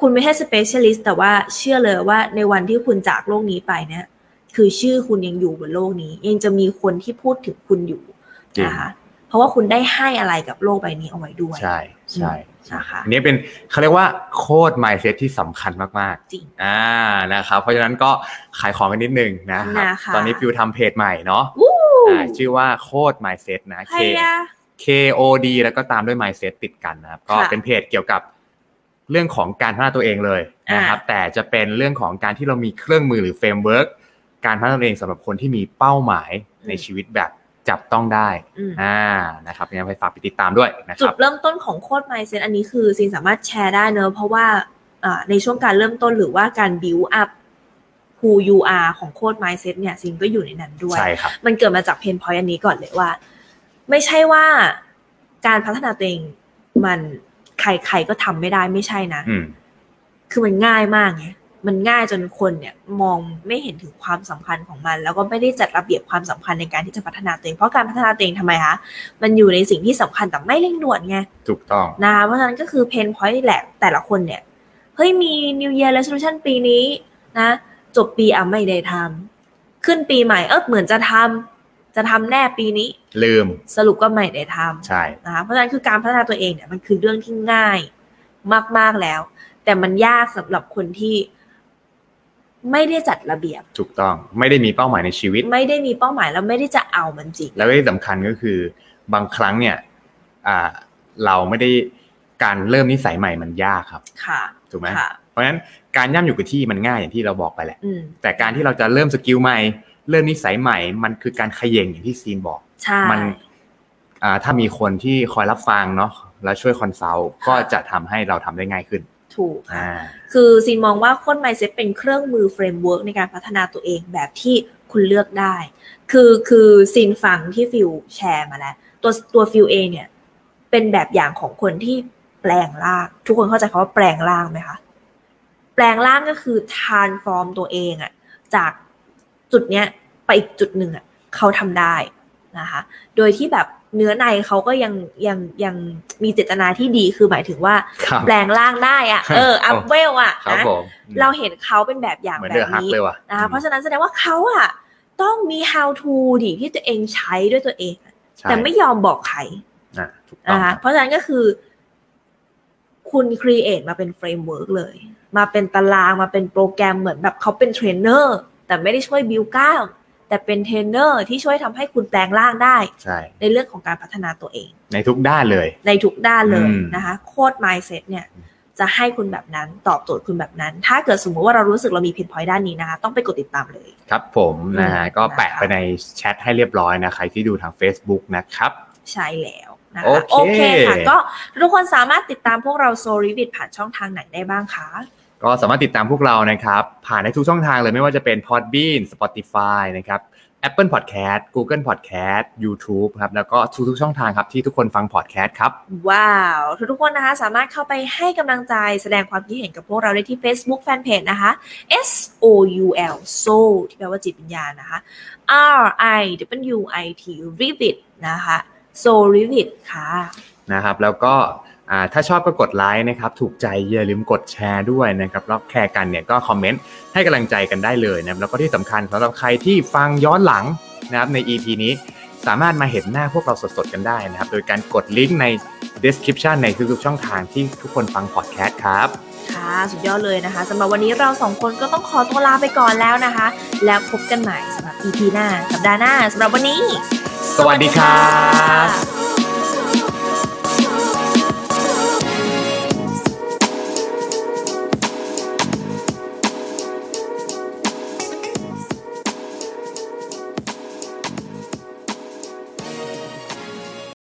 [SPEAKER 1] คุณไม่ใช่ specialist แต่ว่าเชื่อเลยว่าในวันที่คุณจากโลกนี้ไปเนี่ย คือชื่อคุณยังอยู่บนโลกนี้ ยังจะมีคนที่พูดถึงคุณอยู่
[SPEAKER 2] จริง
[SPEAKER 1] นะคะ เพราะว่าคุณได้ให้อะไรกับโลกใบนี้เอาไว้ด้วย
[SPEAKER 2] ใช่ใช่
[SPEAKER 1] นะคะ
[SPEAKER 2] อันนี้เป็นเขาเรียกว่าโคด mindset ที่สำคัญมาก
[SPEAKER 1] จริง
[SPEAKER 2] ๆอ่านะครับเพราะฉะนั้นก็ขายของกันนิดนึงนะครับ
[SPEAKER 1] นะคะ
[SPEAKER 2] ตอนนี้ฟิวทำเพจใหม่เนาะ
[SPEAKER 1] วู้
[SPEAKER 2] อ่าชื่อว่าโคด mindset นะ
[SPEAKER 1] ใค
[SPEAKER 2] K
[SPEAKER 1] รอะ
[SPEAKER 2] K O D แล้วก็ตามด้วย mindset ติดกันนะครับก็
[SPEAKER 1] ค่ะ
[SPEAKER 2] เป็นเพจเกี่ยวกับเรื่องของการพัฒนาตัวเองเลยนะครับแต่จะเป็นเรื่องของการที่เรามีเครื่องมือหรือเฟรมเวิร์กการพัฒนาตัวเองสำหรับคนที่มีเป้าหมายในชีวิตแบบจับต้องได้
[SPEAKER 1] อืม
[SPEAKER 2] อ่า นะครับยังไงไปฝากไปติดตามด้วยนะค
[SPEAKER 1] จุ
[SPEAKER 2] รั
[SPEAKER 1] ด
[SPEAKER 2] บ
[SPEAKER 1] เริ่มต้นของโค้ด mindset อันนี้คือซินสามารถแชร์ได้เนอะเพราะว่าอ่าในช่วงการเริ่มต้นหรือว่าการ build up who you are ของโค้ด mindset เนี่ยซินก็อยู่ในนั้นด้วย
[SPEAKER 2] ใช่ครับ
[SPEAKER 1] มันเกิดมาจากเพนพอยต์อันนี้ก่อนเลยว่า ไม่ใช่ว่าการพัฒนาตัวเองมันใครๆก็ทำไม่ได้ไม่ใช่นะ
[SPEAKER 2] อืม
[SPEAKER 1] คือมันง่ายมากไง มันง่ายจนคนเนี่ยมองไม่เห็นถึงความสำคัญของมัน แล้วก็ไม่ได้จัดระเบียบความสำคัญในการที่จะพัฒนาตัวเอง เพราะการพัฒนาตัวเองทำไมคะ มันอยู่ในสิ่งที่สำคัญแต่ไม่เร่งด่วนไง
[SPEAKER 2] ถูกต้อง
[SPEAKER 1] นะคะเพราะฉะนั้นก็คือเพนพอยต์แหละแต่ละคนเนี่ย เฮ้ยมี New Year Resolution ปีนี้นะ จบปีอ่ะไม่ได้ทำขึ้นปีใหม่เออเหมือนจะทำจะทำแน่ปีนี้
[SPEAKER 2] ลืม
[SPEAKER 1] สรุปก็ไม่ได้ทำ
[SPEAKER 2] ใช่
[SPEAKER 1] นะคะเพราะฉะนั้นคือการพัฒนาตัวเองเนี่ยมันคือเรื่องที่ง่ายมาก ๆ แล้ว แต่มันยากสำหรับคนที่ไม่ได้จัดระเบียบ
[SPEAKER 2] ถูกต้อง ไม่ได้มีเป้าหมายในชีวิต
[SPEAKER 1] ไม่ได้มีเป้าหมายแล้วไม่ได้จะเอามันจริง
[SPEAKER 2] แล้วก็ที่สำคัญก็คือบางครั้งเนี่ย อ่า เราไม่ได้การเริ่มนิสัยใหม่มันยากครับ
[SPEAKER 1] ค่ะ
[SPEAKER 2] ถูกไหม
[SPEAKER 1] ค่ะ
[SPEAKER 2] เพราะฉะนั้นการย่ำอยู่กับที่มันง่ายอย่างที่เราบอกไปแหละ
[SPEAKER 1] อืม
[SPEAKER 2] แต่การที่เราจะเริ่มสกิลใหม่ เริ่มนิสัยใหม่ มันคือการเขย่งอย่างที่ซีนบอก
[SPEAKER 1] ใช่
[SPEAKER 2] มัอ่าถ้ามีคนที่คอยรับฟังเนาะแล้วช่วยคอนซัลท์ก็จะทำให้เราทำได้ง่ายขึ้น
[SPEAKER 1] ถูก
[SPEAKER 2] อ่า
[SPEAKER 1] คือซีนมองว่าโค้ดไมเซ็ตเป็นเครื่องมือเฟรมเวิร์กในการพัฒนาตัวเองแบบที่คุณเลือกได้ คือคือซีนฟังที่ฟิวแชร์มาแล้ว ตัวตัวฟิวเองเนี่ย เป็นแบบอย่างของคนที่แปลงร่าง ทุกคนเข้าใจคำว่าแปลงร่างไหมคะ แปลงร่างก็คือ transform ตัวเองอะจากจุดเนี้ยไปอีกจุดหนึ่งอะเขาทำได้นะคะ โดยที่แบบเนื้อในเขาก็ยังยังยังมีเจตนาที่ดีคือหมายถึงว่า
[SPEAKER 2] ครับ
[SPEAKER 1] แปลงร่างได้อะเออ อัพเวลอะ
[SPEAKER 2] ครั
[SPEAKER 1] นะ
[SPEAKER 2] บผม
[SPEAKER 1] เราเห็นเขาเป็นแบบอย่าง
[SPEAKER 2] เหมือน
[SPEAKER 1] แบ
[SPEAKER 2] เดือบ ฮัก
[SPEAKER 1] นี้
[SPEAKER 2] เลยว่ะ
[SPEAKER 1] นะคะเพราะฉะนั้นแสดงว่าเขาอะต้องมี how to ดิที่ตัวเองใช้ด้วยตัวเอง
[SPEAKER 2] ใช่
[SPEAKER 1] แต่ไม่ยอมบอกใคร
[SPEAKER 2] อ่ะถูกต้อ
[SPEAKER 1] นะ
[SPEAKER 2] งค
[SPEAKER 1] คะ
[SPEAKER 2] รับ
[SPEAKER 1] เพราะฉะนั้นก็คือ คุณครีเอทมาเป็นเฟรมเวิร์กเลย มาเป็นตารางมาเป็นโปรแกรมเหมือนแบบเขาเป็นเทรนเนอร์แต่ไม่ได้ช่วยบิวกล้ามแต่เป็นเทรนเนอร์ที่ช่วยทำให้คุณแปลงร่างได้
[SPEAKER 2] ใช่
[SPEAKER 1] ในเรื่องของการพัฒนาตัวเอง
[SPEAKER 2] ในทุกด้านเลย
[SPEAKER 1] ในทุกด้านเลย
[SPEAKER 2] อืม
[SPEAKER 1] นะคะ โคด mindset เนี่ย จะให้คุณแบบนั้นตอบโจทย์คุณแบบนั้น ถ้าเกิดสมมุติว่าเรารู้สึกเรามีเพนพอยด้านนี้นะคะ ต้องไปกดติดตามเลย
[SPEAKER 2] ครับผมนะฮะ
[SPEAKER 1] อืม
[SPEAKER 2] ก็แปะ
[SPEAKER 1] นะคะ
[SPEAKER 2] ไปในแชทให้เรียบร้อยนะใครที่ดูทาง Facebook นะครับ
[SPEAKER 1] ใช่แล้วนะ
[SPEAKER 2] โอ
[SPEAKER 1] คะ
[SPEAKER 2] เค
[SPEAKER 1] โอเคค่ะ ก็ทุกคนสามารถติดตามพวกเราโซลิวิดผ่านช่องทางไหนได้บ้างคะ
[SPEAKER 2] ก็สามารถติดตามพวกเรานะครับ ผ่านในทุกช่องทางเลยไม่ว่าจะเป็น Podbean Spotify นะครับ Apple Podcast Google Podcast YouTube ครับแล้วก็ทุกๆช่องทางครับที่ทุกคนฟัง podcast ครับ
[SPEAKER 1] ว้าว ทุกๆคนนะคะ สามารถเข้าไปให้กำลังใจแสดงความคิดเห็นกับพวกเราได้ที่ Facebook Fanpage นะคะ S O U L Soul ที่แปลว่าจิตวิญญาณนะคะ R I W I T Rivet นะคะ Soul Rivet ค่ะ
[SPEAKER 2] นะครับแล้วก็อ่าถ้าชอบก็กดไลค์นะครับถูกใจอย่าลืมกดแชร์ด้วยนะครับแล้วแชร์กันเนี่ยก็คอมเมนต์ให้กำลังใจกันได้เลยนะครับแล้วก็ที่สำคัญสำหรับใครที่ฟังย้อนหลังนะครับใน EP นี้สามารถมาเห็นหน้าพวกเราสดๆกันได้นะครับ โดยการกดลิงก์ใน description ในทุกๆช่องทางที่ทุกคนฟังพอดแคสต์ครับ
[SPEAKER 1] ค่ะ สุดยอดเลยนะคะสำหรับวันนี้เราสองคนก็ต้องขอตัวลาไปก่อนแล้วนะคะ แล้วพบกันใหม่สำหรับ EP หน้า สัปดาห์หน้าสำหรับวันนี้
[SPEAKER 2] สวัสดีครับ